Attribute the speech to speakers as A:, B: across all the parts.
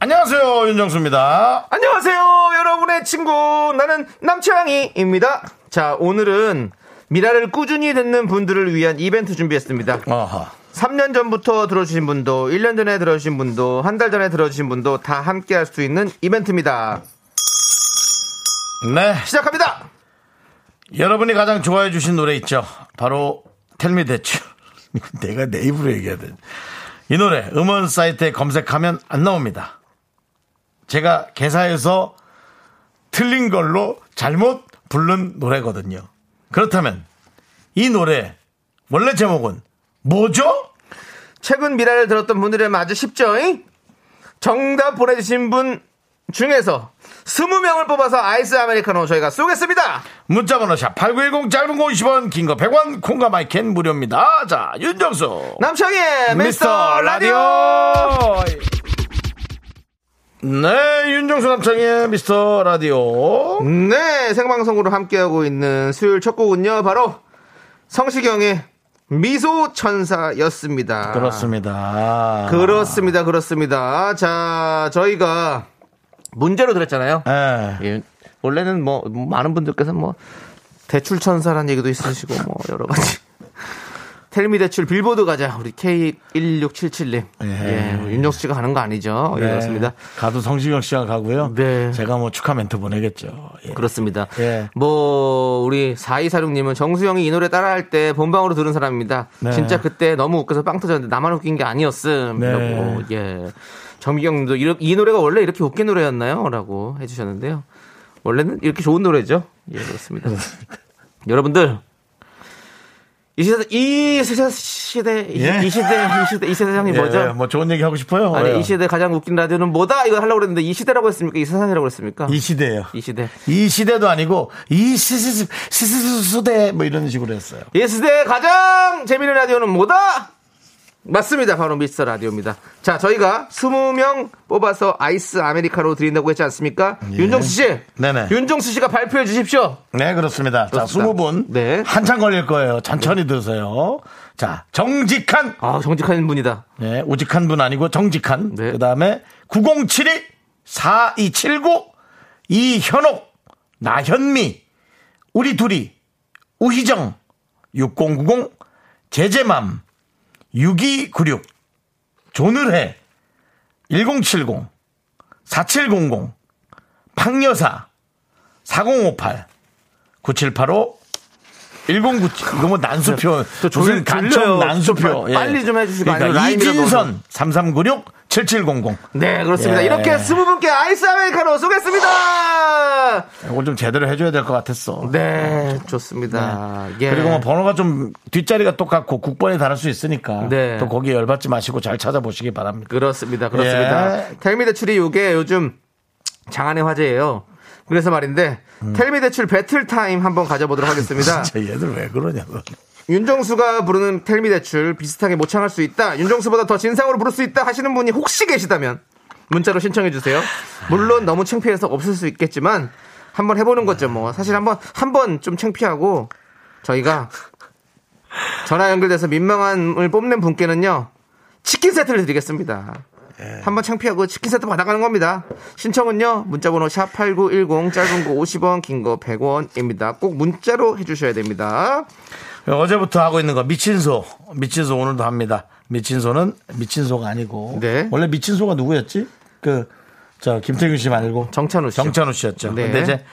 A: 안녕하세요 윤정수입니다.
B: 안녕하세요, 여러분의 친구. 나는 남창희입니다. 자, 오늘은 미라를 꾸준히 듣는 분들을 위한 이벤트 준비했습니다.
A: 아하.
B: 3년 전부터 들어주신 분도, 1년 전에 들어주신 분도, 한 달 전에 들어주신 분도 다 함께 할 수 있는 이벤트입니다.
A: 네,
B: 시작합니다!
A: 여러분이 가장 좋아해 주신 노래 있죠. 바로 텔미 대추. 내가 내 입으로 얘기해야 돼. 이 노래 음원 사이트에 검색하면 안 나옵니다. 제가 개사해서 틀린 걸로 잘못 부른 노래거든요. 그렇다면 이 노래 원래 제목은 뭐죠?
B: 최근 미라를 들었던 분들이라면 아주 쉽죠? 잉? 정답 보내주신 분 중에서 20명을 뽑아서 아이스 아메리카노 저희가 쏘겠습니다!
A: 문자번호 샵 8910 짧은 거 50원 긴 거 100원 콩과 마이캔 무료입니다. 자 윤정수
B: 남창희의
A: 미스터 라디오. 네, 윤정수 남창의 미스터 라디오.
B: 네, 생방송으로 함께하고 있는 수요일 첫 곡은요, 바로 성시경의 미소 천사였습니다.
A: 아. 그렇습니다.
B: 그렇습니다, 그렇습니다. 자, 저희가 문제로 드렸잖아요.
A: 예.
B: 예, 원래는 뭐, 많은 분들께서 뭐, 대출 천사라는 얘기도 있으시고, 뭐, 여러 가지. 텔미 대출 빌보드 가자. 우리 K1677님.
A: 예.
B: 예. 우리 윤정수 씨가 가는 거 아니죠? 예, 그렇습니다.
A: 가도 성시경 씨가 가고요.
B: 네.
A: 제가 뭐 축하 멘트 보내겠죠. 예.
B: 그렇습니다.
A: 예.
B: 뭐 우리 4246님은 정수영이 이 노래 따라할 때 본방으로 들은 사람입니다.
A: 네.
B: 진짜 그때 너무 웃겨서 빵 터졌는데 나만 웃긴 게
A: 네.
B: 아니었음이라고 예. 정미경님도 이러- 이 노래가 원래 이렇게 웃긴 노래였나요?라고 해주셨는데요. 원래는 이렇게 좋은 노래죠. 예 그렇습니다. 여러분들 이 시대 이 세- 시대 이,
A: 예.
B: 이 시대 이 시대 이 세상이
A: 예,
B: 뭐죠?
A: 뭐 좋은 얘기 하고 싶어요.
B: 아니
A: 왜요?
B: 이 시대 가장 웃긴 라디오는 뭐다 이거 하려고 그랬는데 이 시대라고 했습니까? 이 세상이라고 했습니까?
A: 이 시대예요.
B: 이 시대
A: 이 시대도 아니고 이 시스 시스 수대 뭐 이런 식으로 했어요.
B: 이 시대의 가장 재미있는 라디오는 뭐다? 맞습니다. 바로 미스터 라디오입니다. 자, 저희가 20명 뽑아서 아이스 아메리카노 드린다고 했지 않습니까?
A: 예.
B: 윤정수 씨.
A: 네네.
B: 윤정수 씨가 발표해 주십시오.
A: 네, 그렇습니다. 자,
B: 그렇습니다.
A: 20분. 네.
B: 네.
A: 한참 걸릴 거예요. 천천히 드세요. 자, 정직한.
B: 아, 정직한 분이다.
A: 네, 오직한 분 아니고 정직한.
B: 네.
A: 그 다음에 9072, 4279, 이현옥, 나현미, 우리 둘이, 우희정, 6090, 제제맘, 6296, 조늘해, 1070, 4700, 박여사, 4058, 9785, 1097, 이거 뭐 난수표.
B: 네, 또
A: 무슨
B: 조율
A: 간첩
B: 들려요.
A: 난수표. 예.
B: 정말 빨리 좀 해주시고 아니면
A: 그러니까
B: 라임이라도
A: 이진선, 3396, 7700.
B: 네, 그렇습니다.
A: 예.
B: 이렇게 20분께 아이스 아메리카노 쏘겠습니다.
A: 이걸 좀 제대로 해줘야 될 것 같았어.
B: 네, 좋습니다. 예.
A: 그리고 뭐 번호가 좀 뒷자리가 똑같고 국번이 다를 수 있으니까
B: 네.
A: 또 거기에 열받지 마시고 잘 찾아보시기 바랍니다.
B: 그렇습니다. 그렇습니다.
A: 예.
B: 텔미 대출이 요게 요즘 장안의 화제예요. 그래서 말인데 텔미 대출 배틀 타임 한번 가져보도록 하겠습니다.
A: 음. 진짜 얘들 왜 그러냐고.
B: 윤정수가 부르는 텔미 대출 비슷하게 모창할 수 있다. 윤정수보다 더 진상으로 부를 수 있다 하시는 분이 혹시 계시다면 문자로 신청해 주세요. 물론 너무 창피해서 없을 수 있겠지만 한번 해보는 거죠. 뭐 사실 한번 한번 좀 창피하고 저희가 전화 연결돼서 민망함을 뽐낸 분께는요 치킨 세트를 드리겠습니다. 한번 창피하고 치킨 세트 받아가는 겁니다. 신청은요 문자번호 샵 #8910 짧은 거 50원, 긴 거 100원입니다. 꼭 문자로 해주셔야 됩니다.
A: 예, 어제부터 하고 있는 거 미친소. 미친소 오늘도 합니다. 미친소는 미친소가 아니고
B: 네.
A: 원래 미친소가 누구였지? 그 저 김태균 씨 말고
B: 정찬우 씨요.
A: 정찬우 씨였죠.
B: 네.
A: 근데 이제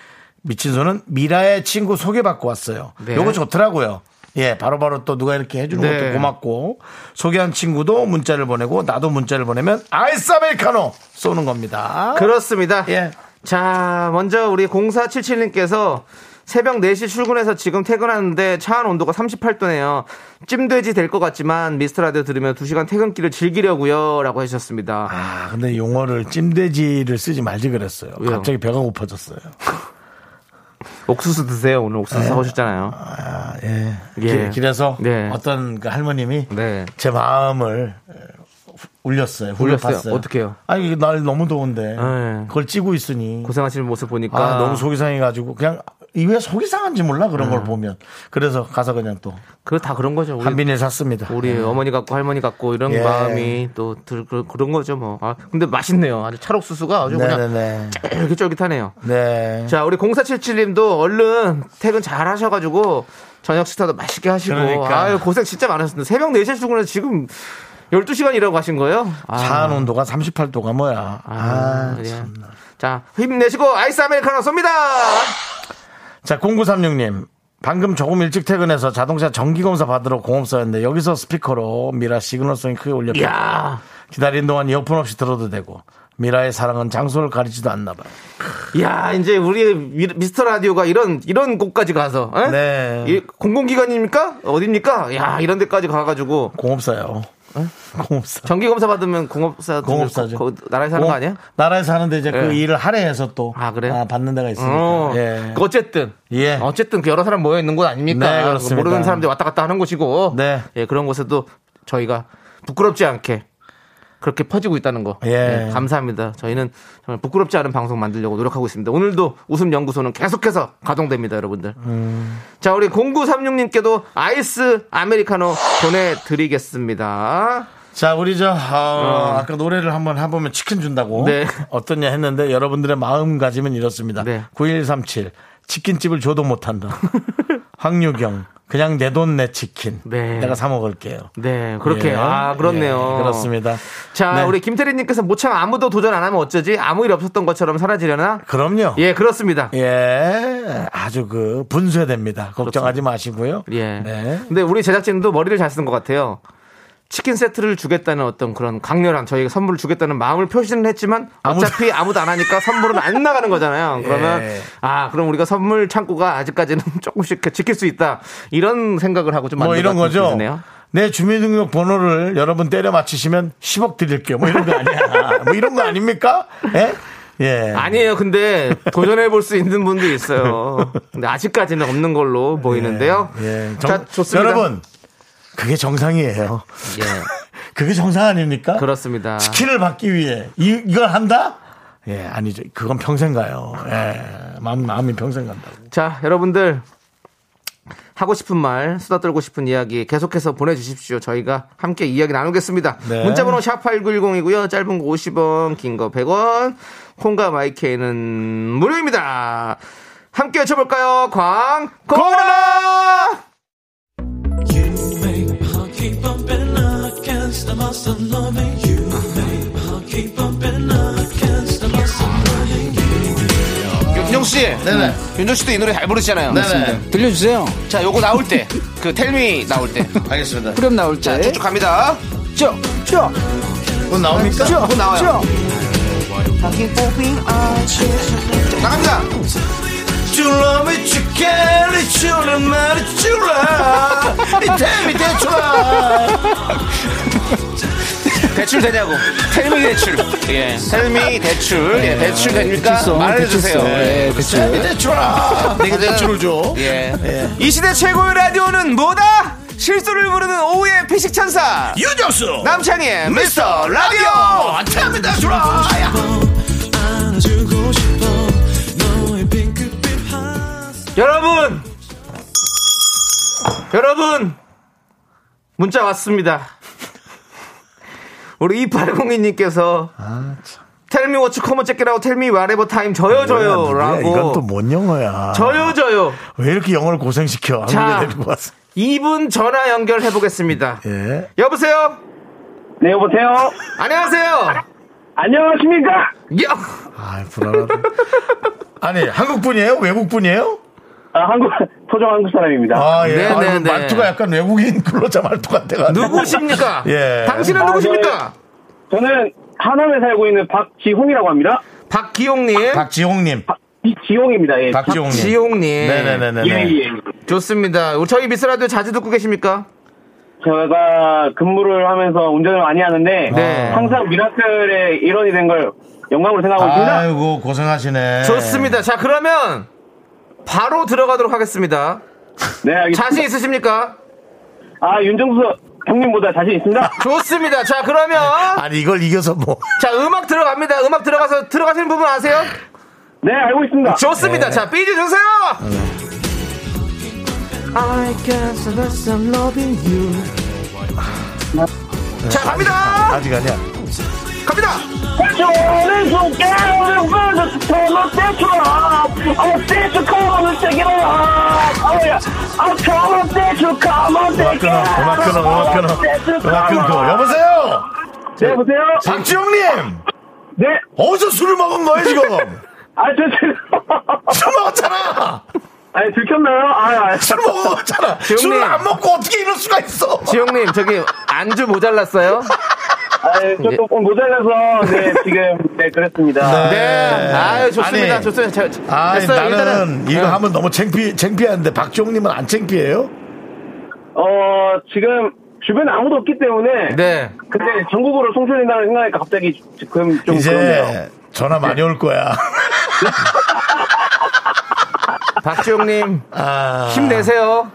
A: 미친소는 미라의 친구 소개받고 왔어요.
B: 네.
A: 요거 좋더라고요. 예, 바로바로 또 누가 이렇게 해주는
B: 네.
A: 것도 고맙고 소개한 친구도 문자를 보내고 나도 문자를 보내면 아이스 아메리카노 쏘는 겁니다.
B: 그렇습니다.
A: 어? 예.
B: 자, 먼저 우리 0477님께서 새벽 4시 출근해서 지금 퇴근하는데 차 안 온도가 38도네요. 찜돼지 될 것 같지만 미스터 라디오 들으면 2시간 퇴근길을 즐기려고요. 라고 해주셨습니다.
A: 아, 근데 용어를 찜돼지를 쓰지 말지 그랬어요.
B: 왜요?
A: 갑자기 배가 고파졌어요.
B: 옥수수 드세요. 오늘
A: 네.
B: 옥수수 사오셨잖아요.
A: 아, 예.
B: 예.
A: 길- 길에서
B: 네.
A: 어떤 그 할머님이
B: 네.
A: 제 마음을 후- 울렸어요.
B: 울렸어요?
A: 울렸어요.
B: 어떡해요?
A: 아니, 이게 날 너무 더운데
B: 네.
A: 그걸 찌고 있으니
B: 고생하시는 모습 보니까.
A: 아, 너무 속이 상해가지고 그냥 이왜 속이 상한지 몰라 그런 걸 보면 그래서 가서 그냥 또
B: 그, 다 그런 거죠. 네. 우리,
A: 한 비닐 샀습니다.
B: 우리 어머니 같고 할머니 같고 이런
A: 예.
B: 마음이 또 들, 그- 그런 거죠 뭐. 아, 근데 맛있네요. 아주 찰옥수수가 아주 그냥
A: 네네네.
B: 쫄깃쫄깃하네요.
A: 네.
B: 자, 우리 0477님도 얼른 퇴근 잘 하셔가지고 저녁 식사도 맛있게 하시고.
A: 그러니까.
B: 아유, 고생 진짜 많으셨습니다. 새벽 4시에 출근해서 지금 12시간 일하고 가신 거예요? 아,
A: 차안 온도가 38도가 뭐야.
B: 아,
A: 아,
B: 예.
A: 참.
B: 자, 힘내시고 아이스 아메리카노 쏩니다!
A: 자, 0936님. 방금 조금 일찍 퇴근해서 자동차 정기검사 받으러 공업사였는데 여기서 스피커로 미라 시그널송이 크게 올렸고
B: 이야,
A: 기다린 동안 이어폰 없이 들어도 되고 미라의 사랑은 장소를 가리지도 않나 봐요.
B: 이야, 이제 우리 미- 미스터 라디오가 이런, 이런 곳까지 가서. 에?
A: 네.
B: 이 공공기관입니까? 어딥니까? 야, 이런 데까지 가가지고.
A: 공업사요. 공업사.
B: 정기검사 받으면 공업사,
A: 공업사죠.
B: 거- 거- 나라에서 하는 거
A: 공-
B: 아니야?
A: 나라에서 하는데 이제 그
B: 예.
A: 일을 할애해서 또
B: 아, 그래요?
A: 받는 데가 있으니까.
B: 어,
A: 예.
B: 그 어쨌든
A: 예.
B: 어쨌든 그 여러 사람 모여 있는 곳 아닙니까?
A: 네, 그렇습니다.
B: 모르는 사람들이 왔다 갔다 하는 곳이고,
A: 네.
B: 예, 그런 곳에도 저희가 부끄럽지 않게 그렇게 퍼지고 있다는 거,
A: 예.
B: 감사합니다. 저희는 정말 부끄럽지 않은 방송 만들려고 노력하고 있습니다. 오늘도 웃음 연구소는 계속해서 가동됩니다, 여러분들.
A: 음.
B: 자, 우리 0936님께도 아이스 아메리카노 보내드리겠습니다.
A: 자, 우리 저, 어, 아까 노래를 한번 해보면 치킨 준다고.
B: 네.
A: 어떠냐 했는데 여러분들의 마음가짐은 이렇습니다.
B: 네.
A: 9137. 치킨집을 줘도 못한다. 황유경. 그냥 내 돈 내 치킨.
B: 네.
A: 내가 사먹을게요.
B: 네, 그렇게
A: 예.
B: 아 그렇네요.
A: 예, 그렇습니다.
B: 자,
A: 네.
B: 우리 김태리님께서 모창 아무도 도전 안 하면 어쩌지? 아무 일 없었던 것처럼 사라지려나?
A: 그럼요. 예.
B: 예, 그렇습니다.
A: 아주 그 분쇄됩니다. 걱정하지 마시고요.
B: 예.
A: 네.
B: 근데 우리 제작진도 머리를 잘 쓴 것 같아요. 치킨 세트를 주겠다는 어떤 그런 강렬한 저희가 선물을 주겠다는 마음을 표시는 했지만
A: 아무도-
B: 어차피 아무도 안 하니까 선물은 안 나가는 거잖아요. 그러면
A: 예.
B: 아 그럼 우리가 선물 창고가 아직까지는 조금씩 이렇게 지킬 수 있다 이런 생각을 하고 좀
A: 뭐
B: 만든
A: 이런
B: 것 같은
A: 거죠.
B: 기분이네요.
A: 내 주민등록 번호를 여러분 때려 맞히시면 10억 드릴게요. 뭐 이런 거 아니야. 뭐 이런 거 아닙니까? 예? 예.
B: 아니에요. 근데 도전해 볼 수 있는 분도 있어요. 근데 아직까지는 없는 걸로 보이는데요.
A: 예. 정-
B: 자, 좋습니다.
A: 여러분, 그게 정상이에요.
B: 예,
A: 그게 정상 아닙니까?
B: 그렇습니다.
A: 치킨을 받기 위해 이, 이걸 한다? 예, 아니죠. 그건 평생 가요. 예. 마음, 마음이 평생 간다고.
B: 자, 여러분들 하고 싶은 말, 수다 떨고 싶은 이야기 계속해서 보내주십시오. 저희가 함께 이야기 나누겠습니다.
A: 네.
B: 문자번호 샵 8910이고요. 짧은 거 50원, 긴 거 100원. 콩과 마이케이는 무료입니다. 함께 외쳐볼까요? 광고라!
C: You make my heart keep bumping, I can't stop myself loving you. Make my heart keep bumping, I can't stop myself loving you.
B: 윤정 씨, 네네. 윤정 씨도 이 노래 잘 부르시잖아요.
A: 네네.
D: 들려주세요.
B: 자, 요거 나올 때, 그 텔미 나올 때,
A: 알겠습니다.
D: 그럼 나올 때.
B: 쭉쭉 갑니다.
D: 쭉, 쭉,
A: 그건 나옵니까?
D: 쭉,
B: 그거
D: 쭉.
B: 나와요. 나갑니다.
A: 줄라미 치킨이 줄라 말이 줄라 이태미 대출라
B: 대출 되냐고. 텔미 대출. 예. 텔미 대출. 예. 대출 됩니까? 말해주세요. 예. 네,
D: 네, 그쵸.
A: 이태미 네, 대출라 내게 대출을 줘
B: 예. 이 시대 최고의 라디오는 뭐다? 실수를 부르는 오후의 피식천사.
A: 유정수
B: 남창희의 미스터 라디오!
A: 이태미 대출라
C: 안아주고 싶어, 너의 핑크빛 하늘.
B: 여러분! 여러분! 문자 왔습니다. 우리 2802님께서
A: 아,
B: 텔미 워츠 커먼 잭기라고 텔미 와레버 타임 저요 저요
A: 예, 이건
B: 라고
A: 또 뭔 영어야
B: 저요 저요
A: 왜 이렇게 영어를 고생시켜
B: 자.
A: 한국에 데리고 왔어
B: 이분 전화 연결해 보겠습니다.
A: 예.
B: 여보세요?
E: 네, 여보세요?
B: 안녕하세요?
E: 안녕하십니까?
B: 야,
A: 아 불안하다 아니 한국분이에요 외국분이에요
E: 아, 한국, 토종 한국 사람입니다.
A: 아예
B: 네,
A: 아,
B: 네, 네.
A: 말투가 약간 외국인 근로자 말투 같아가
B: 누구십니까?
A: 예. 네.
B: 당신은
E: 아,
B: 누구십니까?
E: 저는 하남에 살고 있는 박지홍이라고 합니다.
B: 박기용님.
A: 박지홍님
E: 지용입니다. 예.
A: 박지용님.
B: 아, 박지용님.
A: 네네네네.
E: 예, 예.
B: 좋습니다. 우리 저희 미스 라디오 자주 듣고 계십니까?
E: 제가 근무를 하면서 운전을 많이 하는데
B: 네.
E: 항상 미라클의 일원이 된 걸 영광으로 생각하고 있습니다.
A: 아이고 고생하시네.
B: 좋습니다. 자, 그러면 바로 들어가도록 하겠습니다.
E: 네, 알겠습니다.
B: 자신 있으십니까?
E: 아, 윤정수 형님보다 자신 있습니다.
B: 좋습니다. 자, 그러면
A: 아니 이걸 이겨서 뭐?
B: 자, 음악 들어갑니다. 음악 들어가서 들어가시는 부분 아세요?
E: 네, 알고 있습니다.
B: 좋습니다.
A: 네.
B: 자, 삐지 주세요. 자, 갑니다.
A: 아직 아니야.
B: 갑니다.
E: 저는 손가락을 걸어서 손을 떼주라. I'm still to come and take it up. Oh, yeah. I'm coming to you, come and
A: 음악
E: take it
A: 끊어.
E: up.
A: 음악 끊어. 음악 끊어. 음악 끊고. 여보세요.
E: 아, 뭐. 네, 여보세요?
A: 박지용님
E: 네.
A: 어디서 술을 먹은 거예요 지금?
E: 아, 저, 저,
A: 술 먹었잖아.
E: 아니, 들켰나요? 아, 아,
A: 술 먹었잖아.
B: 지용님.
A: 술을 안 먹고 어떻게 이럴 수가 있어?
B: 지영님, 저기 안주 모자랐어요?
E: 아, 조금 모자라서, 네, 지금, 네, 그랬습니다.
B: 네. 아유, 좋습니다.
A: 아니,
B: 좋습니다. 자, 자,
A: 아니
B: 됐어요.
A: 나는
B: 일단은.
A: 이거
B: 네.
A: 하면 너무 창피 창피한데 박지용님은 안 창피해요?
E: 어, 지금, 주변에 아무도 없기 때문에,
B: 네.
E: 근데 전국으로 송출된다는 생각하니까 갑자기 지금 좀
A: 이제
E: 그렇네요.
A: 전화 많이 올 거야.
B: 박지영님,
A: 아,
B: 힘내세요.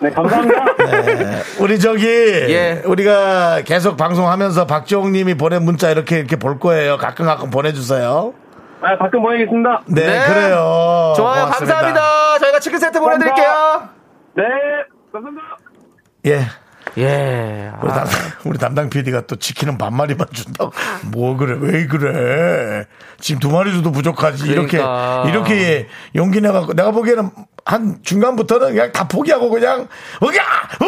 E: 네, 감사합니다.
A: 네. 예. 우리 저기 우리가 계속 방송하면서 박지용님이 보낸 문자 이렇게 이렇게 볼 거예요. 가끔 가끔 보내주세요.
E: 아, 가끔 보내겠습니다.
A: 네,
B: 네.
A: 그래요.
B: 좋아요.
A: 고맙습니다.
B: 감사합니다. 저희가 치킨 세트 보내드릴게요.
E: 네, 감사합니다.
A: 예.
B: 예.
A: 우리, 담, 우리 담당 PD가 또 치킨은 반마리만 준다고.
B: 아.
A: 뭐 그래, 왜 그래. 지금 두 마리 줘도 부족하지.
B: 그러니까.
A: 이렇게, 이렇게 용기 내갖고. 내가 보기에는 한 중간부터는 그냥 다 포기하고 그냥, 으야!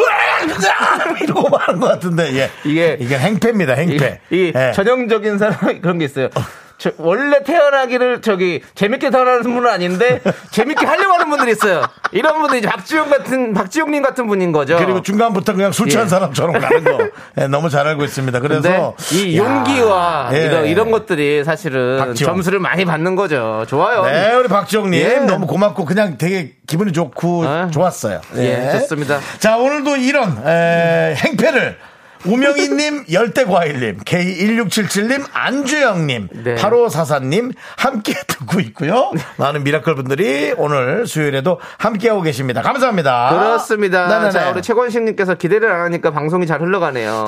A: 으야! 이러고 말한 것 같은데, 예.
B: 이게-
A: 이게 행패입니다,
B: 이,
A: 행패.
B: 이
A: 예.
B: 전형적인 사람 그런 게 있어요. 저- 원래 태어나기를 저기 재밌게 태어나는 분은 아닌데 재밌게 하려고 하는 분들이 있어요. 이런 분은 이제 박지용 같은 박지용님 같은 분인 거죠.
A: 그리고 중간부터 그냥 술 취한
B: 예.
A: 사람처럼 가는 거. 예, 너무 잘 알고 있습니다.
B: 근데
A: 그래서.
B: 이
A: 야.
B: 용기와
A: 예.
B: 이런, 이런 것들이 사실은
A: 박지용.
B: 점수를 많이 받는 거죠. 좋아요.
A: 네, 우리 박지영님
B: 예.
A: 너무 고맙고 그냥 되게 기분이 좋고
B: 아.
A: 좋았어요.
B: 예, 좋습니다.
A: 자, 오늘도 이런 에, 행패를 우명희님, 열대과일님, K1677님, 안주영님,
B: 네.
A: 8544님 함께 듣고 있고요. 많은 미라클 분들이 오늘 수요일에도 함께하고 계십니다. 감사합니다.
B: 그렇습니다.
A: 네네네.
B: 자, 우리 최권식님께서 기대를 안 하니까 방송이 잘 흘러가네요.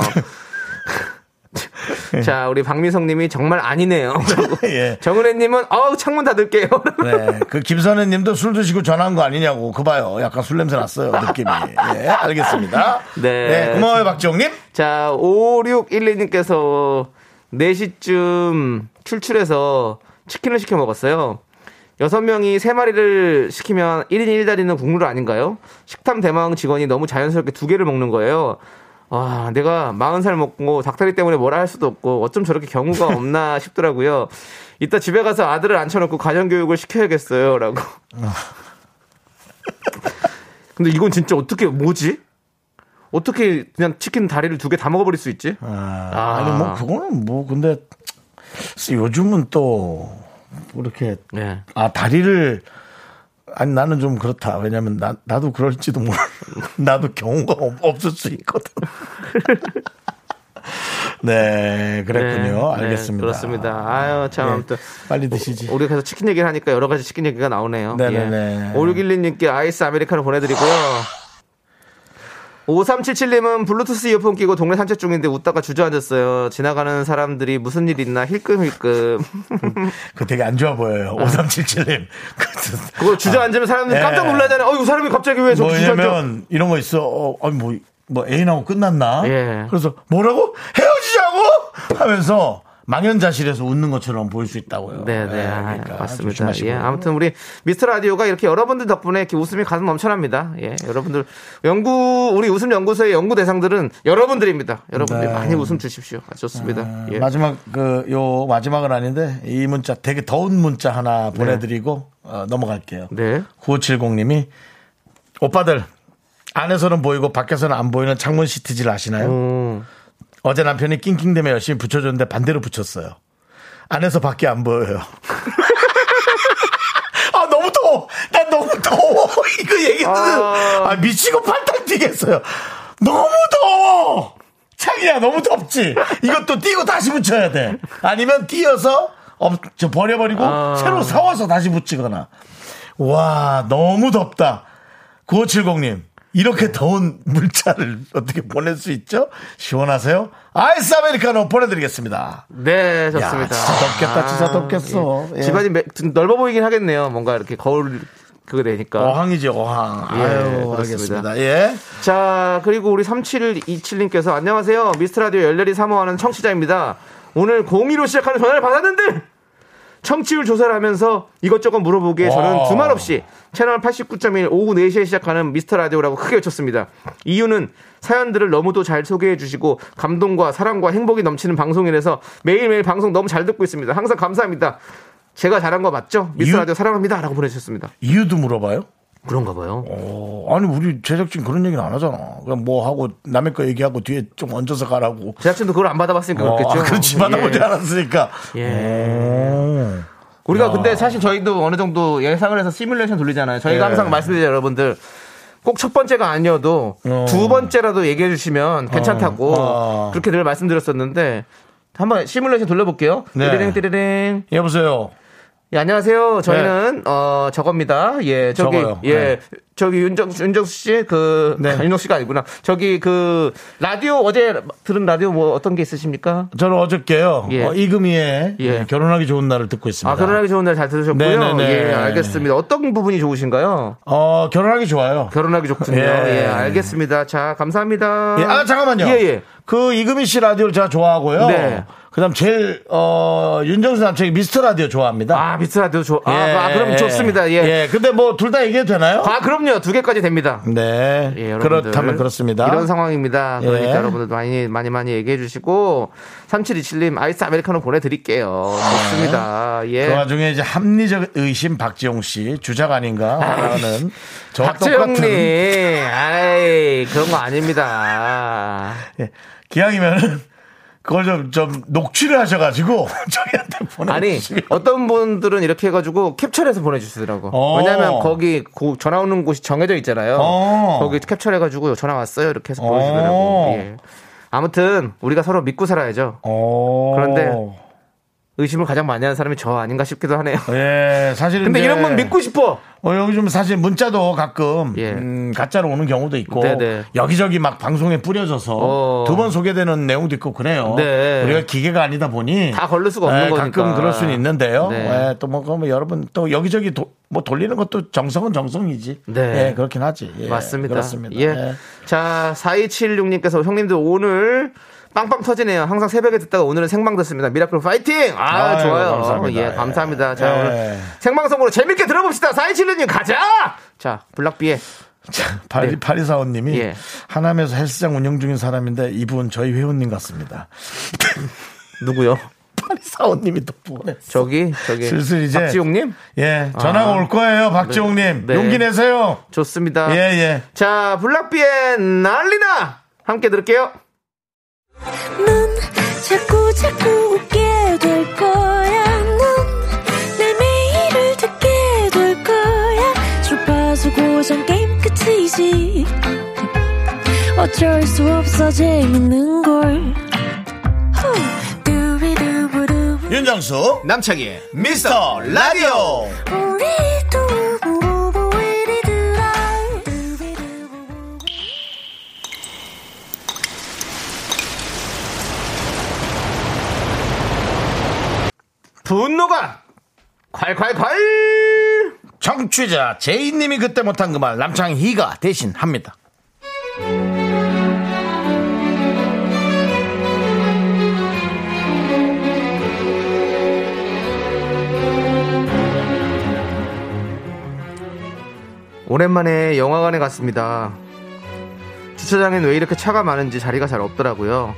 B: 자, 우리 박미성님이 정말 아니네요.
A: 네. 예.
B: 정은혜님은 어우 창문 닫을게요.
A: 네, 그 김선혜님도 술 드시고 전화한 거 아니냐고 그 봐요. 약간 술 냄새 났어요 느낌이. 예, 알겠습니다.
B: 네.
A: 고마워요 박지영님.
B: 자, 5612님께서 4시쯤 출출해서 치킨을 시켜 먹었어요. 여섯 명이 3마리를 시키면 1인 1다리는 국룰 아닌가요? 식탐 대망 직원이 너무 자연스럽게 두 개를 먹는 거예요. 와, 내가 40살 먹고 닭다리 때문에 뭐라 할 수도 없고 어쩜 저렇게 경우가 없나 싶더라고요. 이따 집에 가서 아들을 앉혀놓고 가정교육을 시켜야겠어요. 라고. 근데 이건 진짜 어떻게, 뭐지? 어떻게 그냥 치킨 다리를 두 개 다 먹어버릴 수 있지?
A: 아, 니뭐 그거는 뭐 근데 요즘은 또 그렇게
B: 네.
A: 아 다리를 아니 나는 좀 그렇다 왜냐면 나 나도 그럴지도 몰라 나도 경우가 없- 없을 수 있거든. 네 그랬군요
B: 네,
A: 알겠습니다.
B: 그렇습니다. 아유, 참.
A: 네,
B: 또 뭐, 어.
A: 빨리 드시지.
B: 우리 계속 치킨 얘기를 하니까 여러 가지 치킨 얘기가 나오네요.
A: 네네네.
B: 5612님께 아이스 아메리카노 보내드리고요. 5377님은 블루투스 이어폰 끼고 동네 산책 중인데 웃다가 주저앉았어요. 지나가는 사람들이 무슨 일 있나 힐끔힐끔.
A: 그 되게 안 좋아 보여요. 5377님. 그
B: 그거 주저앉으면 사람들이
A: 네.
B: 깜짝 놀라잖아요. 어이 사람이 갑자기 왜 저렇게 주저앉죠?
A: 뭐냐면 이런 거 있어. 어, 아니 뭐, 뭐 애인하고 끝났나?
B: 예.
A: 그래서 뭐라고 헤어지자고 하면서 망연자실해서 웃는 것처럼 보일 수 있다고요.
B: 네네
A: 예,
B: 아,
A: 그러니까
B: 맞습니다.
A: 조심하시고요.
B: 예, 아무튼 우리 미스터 라디오가 이렇게 여러분들 덕분에 이렇게 웃음이 가슴 넘쳐납니다. 예, 여러분들 연구 우리 웃음 연구소의 연구 대상들은 여러분들입니다. 여러분들
A: 네.
B: 이 많이 웃음 주십시오. 아, 좋습니다.
A: 어,
B: 예.
A: 마지막 그 요 마지막은 아닌데 이 문자 되게 더운 문자 하나 보내드리고 어, 넘어갈게요.
B: 네.
A: 9570님이 오빠들 안에서는 보이고 밖에서는 안 보이는 창문 시트질 아시나요?
B: 음,
A: 어제 남편이 낑낑대며 열심히 붙여줬는데 반대로 붙였어요. 안에서 밖에 안 보여요. 아, 미치고 팔딱 뛰겠어요. 너무 더워! 자기야, 너무 덥지? 이것도 뛰고 다시 붙여야 돼. 아니면 뛰어서 엎, 저 버려버리고
B: 아.
A: 새로 사와서 다시 붙이거나. 와, 너무 덥다. 9570님, 이렇게 더운 물차를 어떻게 보낼 수 있죠? 시원하세요? 아이스 아메리카노 보내드리겠습니다.
B: 네,
A: 야,
B: 좋습니다. 아,
A: 진짜 덥겠다, 진짜 덥겠어. 예.
B: 집안이 매- 좀 넓어 보이긴 하겠네요. 뭔가 이렇게 거울 그거 되니까.
A: 어항이지, 어항.
B: 예,
A: 아유,
B: 그렇습니다.
A: 알겠습니다. 예.
B: 자, 그리고 우리 3727님께서 안녕하세요. 미스트라디오 열렬히 사모하는 청취자입니다. 오늘 02로 시작하는 전화를 받았는데 청취율 조사를 하면서 이것저것 물어보기에
A: 와.
B: 저는 두말 없이 채널 89.1 오후 4시에 시작하는 미스터라디오라고 크게 외쳤습니다. 이유는 사연들을 너무도 잘 소개해 주시고 감동과 사랑과 행복이 넘치는 방송이라서 매일매일 방송 너무 잘 듣고 있습니다. 항상 감사합니다. 제가 잘한 거 맞죠? 미스터라디오 사랑합니다. 라고 보내주셨습니다.
A: 이유도 물어봐요?
B: 그런가 봐요.
A: 어, 아니 우리 제작진 그런 얘기는 안 하잖아. 그냥 뭐 하고 남의 거 얘기하고 뒤에 좀 얹어서 가라고.
B: 제작진도 그걸 안 어. 받아봤으니까 그렇겠죠.
A: 아, 그렇지 받아보지
B: 예.
A: 않았으니까. 예, 오.
B: 우리가 근데 사실 저희도 어느 정도 예상을 해서 시뮬레이션 돌리잖아요. 저희가
A: 예.
B: 항상 말씀드리죠, 여러분들. 꼭 첫 번째가 아니어도
A: 어.
B: 두 번째라도 얘기해 주시면 괜찮다고
A: 어.
B: 그렇게 늘 말씀드렸었는데 한번 시뮬레이션 돌려볼게요.
A: 네.
B: 띠리링 띠리링.
A: 여보세요.
B: 예, 안녕하세요. 저희는 어 저겁니다. 예, 저기
A: 네. 저거요.
B: 예,
A: 네.
B: 저기 윤정 윤정수 씨그
A: 네.
B: 윤정 씨가 아니구나. 저기 그 라디오 어제 들은 라디오 뭐 어떤 게 있으십니까?
A: 저는 어저께요
B: 예.
A: 어, 이금희의
B: 예.
A: 결혼하기 좋은 날을 듣고 있습니다.
B: 아 결혼하기 좋은 날 잘 들으셨고요.
A: 네네네.
B: 예, 알겠습니다. 어떤 부분이 좋으신가요?
A: 어 결혼하기 좋아요.
B: 결혼하기 좋군요.
A: 예.
B: 예, 알겠습니다. 자, 감사합니다.
A: 예, 아 잠깐만요.
B: 예, 예.
A: 그 이금희 씨 라디오를 제가 좋아하고요.
B: 네.
A: 그다음 제일 어 윤정수 남친이 미스터 라디오 좋아합니다.
B: 아, 미스라디오 좋. 아,
A: 예.
B: 아, 그럼 좋습니다. 예.
A: 근데 뭐 둘 다 얘기해도 되나요?
B: 아, 그럼요. 두 개까지 됩니다.
A: 네.
B: 예, 여러분들.
A: 그렇다면 그렇습니다.
B: 이런 상황입니다.
A: 예.
B: 그러니까 여러분들 많이 많이 많이 얘기해 주시고 3727님 아이스 아메리카노 보내 드릴게요. 좋습니다.
A: 그
B: 예.
A: 와중에 이제 합리적 의심 박지용 씨 주작 아닌가 하는 저와
B: 박재영 님.
A: 똑같은
B: 아이, 그런 거 아닙니다.
A: 예, 기왕이면은 그걸 좀, 좀 녹취를 하셔가지고 저희한테
B: 아니
A: 보내주시면
B: 어떤 분들은 이렇게 해가지고 캡처해서 를 보내주시더라고.
A: 어.
B: 왜냐하면 거기 고- 전화 오는 곳이 정해져 있잖아요.
A: 어.
B: 거기 캡처해가지고 전화 왔어요 이렇게 해서
A: 어.
B: 보내주더라고. 예. 아무튼 우리가 서로 믿고 살아야죠.
A: 어.
B: 그런데- 의심을 가장 많이 하는 사람이 저 아닌가 싶기도 하네요. 네.
A: 예 사실은
B: 근데
A: 이제
B: 이런 분 믿고 싶어.
A: 어, 여기 좀 사실 문자도 가끔
B: 예.
A: 음, 가짜로 오는 경우도 있고
B: 네네.
A: 여기저기 막 방송에 뿌려져서
B: 어.
A: 두 번 소개되는 내용도 있고 그래요.
B: 네.
A: 우리가 기계가 아니다 보니
B: 다 걸릴 수가 없는
A: 예, 가끔
B: 거니까.
A: 그럴 수는 있는데요.
B: 네.
A: 또뭐 뭐 여러분 또 여기저기 도- 뭐 돌리는 것도 정성은 정성이지.
B: 네.
A: 예, 그렇긴 하지. 예,
B: 맞습니다.
A: 그렇습니다.
B: 예.
A: 예.
B: 자, 4276님께서 형님들 오늘 빵빵 터지네요. 항상 새벽에 듣다가 오늘은 생방 듣습니다. 미라클 파이팅! 아,
A: 아유,
B: 좋아요.
A: 감사합니다.
B: 예, 감사합니다. 자,
A: 예.
B: 오늘 생방송으로 재밌게 들어봅시다. 4276님 가자! 자, 블락비에.
A: 파리,
B: 네.
A: 파리사원님이
B: 예.
A: 하남에서 헬스장 운영 중인 사람인데 이분 저희 회원님 같습니다.
B: 누구요?
A: 파리사원님이 또 보냈어.
B: 저기, 저기.
A: 슬슬 이제
B: 박지용님?
A: 예, 전화가
B: 아.
A: 올 거예요, 박지홍님.
B: 네.
A: 용기 내세요.
B: 좋습니다.
A: 예, 예.
B: 자, 블락비에 난리나! 함께 들을게요.
D: 넌 자꾸 자꾸 웃게 될 거야. 넌내 매일을 듣게 될 거야. 주파수 고정 게임 끝이지. 어쩔 수 없어 재밌는 걸. 후. 두비두부두.
A: 예. 윤정수, 남창희, 미스터 라디오.
D: 우리 두부부부 우리 두라. 두비두부부.
B: 분노가! 콸콸콸!
A: 정취자 제이님이 그때 못한 그 말 남창희가 대신 합니다.
B: 오랜만에 영화관에 갔습니다. 주차장엔 왜 이렇게 차가 많은지 자리가 잘 없더라고요.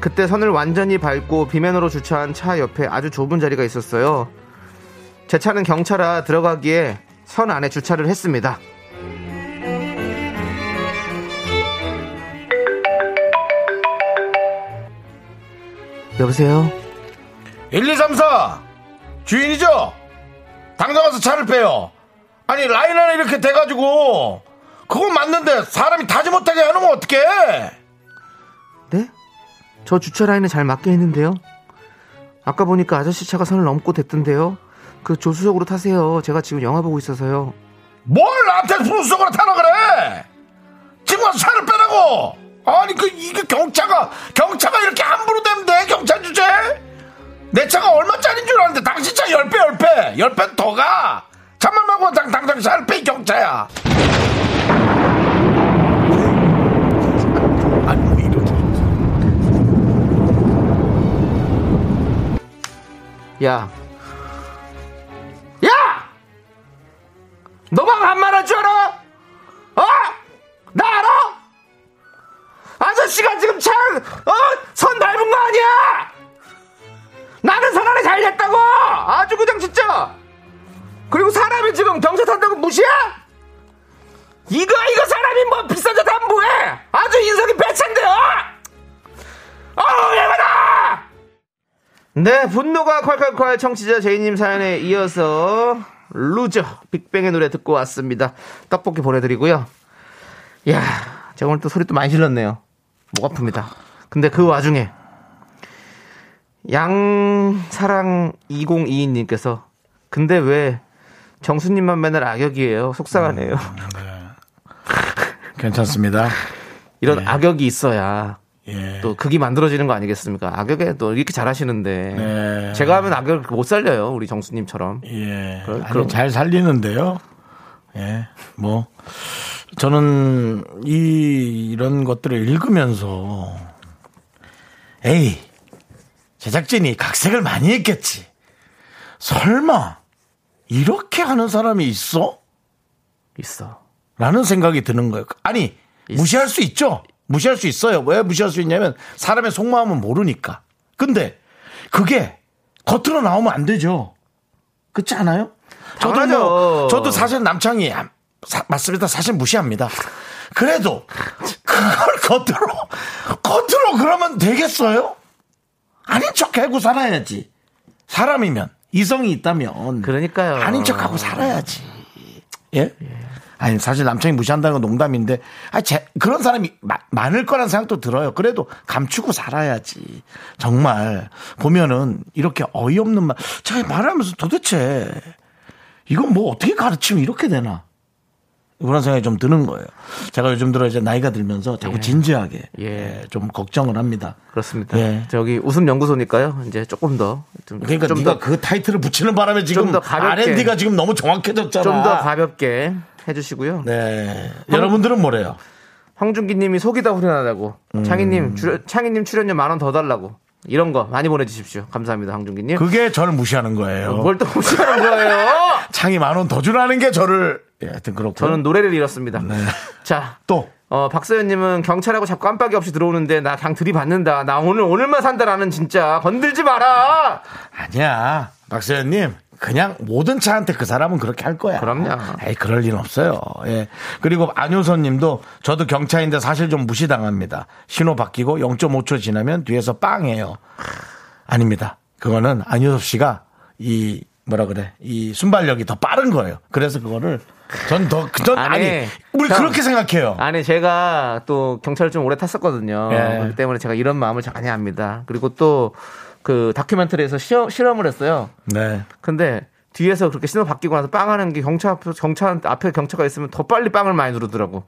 B: 그때 선을 완전히 밟고 비면으로 주차한 차 옆에 아주 좁은 자리가 있었어요. 제 차는 경차라 들어가기에 선 안에 주차를 했습니다. 여보세요?
A: 1234 주인이죠? 당장 와서 차를 빼요. 아니 라인 안에 이렇게 돼가지고 그건 맞는데 사람이 타지 못하게 하는 건 어떡해
B: 네? 저 주차 라인에 잘 맞게 했는데요. 아까 보니까 아저씨 차가 선을 넘고 됐던데요. 그 조수석으로 타세요. 제가 지금 영화 보고 있어서요.
A: 뭘 나한테 수속으로 타라 그래 지금 와서 차를 빼라고 아니 그 이게 경차가 경차가 이렇게 함부로 되면 돼 경찰 주제 내 차가 얼마짜리인 줄 아는데 당신 차 10배 10배 10배 더가 잠만 말고 당, 당장 차를 빼이 경차야 아니 뭐 이러지
B: 야. 야! 너만 한말할 줄 알아? 어? 나 알아? 아저씨가 지금 차, 어? 선 밟은 거 아니야! 나는 선 안에 잘 됐다고! 아주 그냥 진짜! 그리고 사람이 지금 경차 탄다고 무시야? 이거, 이거 사람이 뭐 비싼 차 타면 뭐해! 아주 인성이 배찬데요! 어우, 예만아! 네, 분노가 콸콸콸 청취자 제이님 사연에 이어서 루저 빅뱅의 노래 듣고 왔습니다. 떡볶이 보내드리고요. 이야, 제가 오늘 또 소리 또 많이 질렀네요. 목 아픕니다. 근데 그 와중에 양사랑 2022님께서 근데 왜 정수님만 맨날 악역이에요? 속상하네요.
A: 음. 괜찮습니다
B: 이런
A: 네.
B: 악역이 있어야
A: 예.
B: 또 극이 만들어지는 거 아니겠습니까? 악역에 또 이렇게 잘하시는데
A: 네.
B: 제가 하면 악역을 못 살려요 우리 정수님처럼.
A: 예.
B: 그럼-
A: 아니,
B: 그럼-
A: 잘 살리는데요. 예. 뭐, 저는 이, 이런 것들을 읽으면서, 에이, 제작진이 각색을 많이 했겠지. 설마, 이렇게 하는 사람이 있어?
B: 있어.
A: 라는 생각이 드는 거예요. 아니, 무시할 수 있죠? 무시할 수 있어요. 왜 무시할 수 있냐면, 사람의 속마음은 모르니까. 근데, 그게 겉으로 나오면 안 되죠. 그렇지 않아요? 저도
B: 당연하죠.
A: 뭐, 저도 사실 남창이, 안- 사- 맞습니다. 사실 무시합니다. 그래도, 그걸 겉으로, 겉으로 그러면 되겠어요? 아닌 척 해고 살아야지. 사람이면, 이성이 있다면.
B: 그러니까요.
A: 아닌 척하고 살아야지. 예? 아니 사실 남편이 무시한다는 건 농담인데 아, 제, 그런 사람이 마- 많을 거란 생각도 들어요. 그래도 감추고 살아야지. 정말 보면은 이렇게 어이없는 말 제가 말하면서 도대체 이건 뭐 어떻게 가르치면 이렇게 되나 그런 생각이 좀 드는 거예요. 제가 요즘 들어 이제 나이가 들면서 자꾸 진지하게
B: 예.
A: 예, 좀 걱정을 합니다.
B: 그렇습니다.
A: 예.
B: 저기 웃음 연구소니까요. 이제 조금 더 좀 좀
A: 그러니까
B: 더 좀
A: 네가
B: 더
A: 그 타이틀을 붙이는 바람에 지금
B: 더 가볍게.
A: R&D가 지금 너무 정확해졌잖아.
B: 가볍게 해주시고요.
A: 네. 여러분들은 뭐래요?
B: 황준기님이 속이 다 후련하다고
A: 음.
B: 창희님 출연, 창희님 출연료 만 원 더 달라고 이런 거 많이 보내주십시오. 감사합니다, 황준기님.
A: 그게 저를 무시하는 거예요.
B: 뭘 어, 또 무시하는 거예요?
A: 창이 만 원 더 주라는 게 저를 예, 하여튼 그렇고.
B: 저는 노래를 잃었습니다. 자,
A: 네. 또
B: 어, 박서연님은 경찰하고 자꾸 깜빡이 없이 들어오는데 나 그냥 들이받는다. 나 오늘 오늘만 산다라는 진짜 건들지 마라.
A: 아니야. 박서연 님. 그냥 모든 차한테 그 사람은 그렇게 할 거야.
B: 그럼요.
A: 에이, 그럴 일은 없어요. 예. 그리고 안효선 님도 저도 경차인데 사실 좀 무시당합니다. 신호 바뀌고 0.5초 지나면 뒤에서 빵해요. 아닙니다. 그거는 안효섭 씨가 이 뭐라 그래 이 순발력이 더 빠른 거예요. 그래서 그거를 전더전 아니,
B: 아니,
A: 우리
B: 형.
A: 그렇게 생각해요.
B: 아니 제가 또 경찰을 좀 오래 탔었거든요.
A: 어. 예.
B: 그렇기 때문에 제가 이런 마음을 많이 합니다. 그리고 또 그 다큐멘터리에서 시험, 실험을 했어요.
A: 네.
B: 근데 뒤에서 그렇게 신호 바뀌고 나서 빵하는 게 경찰 앞에 경찰 앞에 경찰가 있으면 더 빨리 빵을 많이 누르더라고.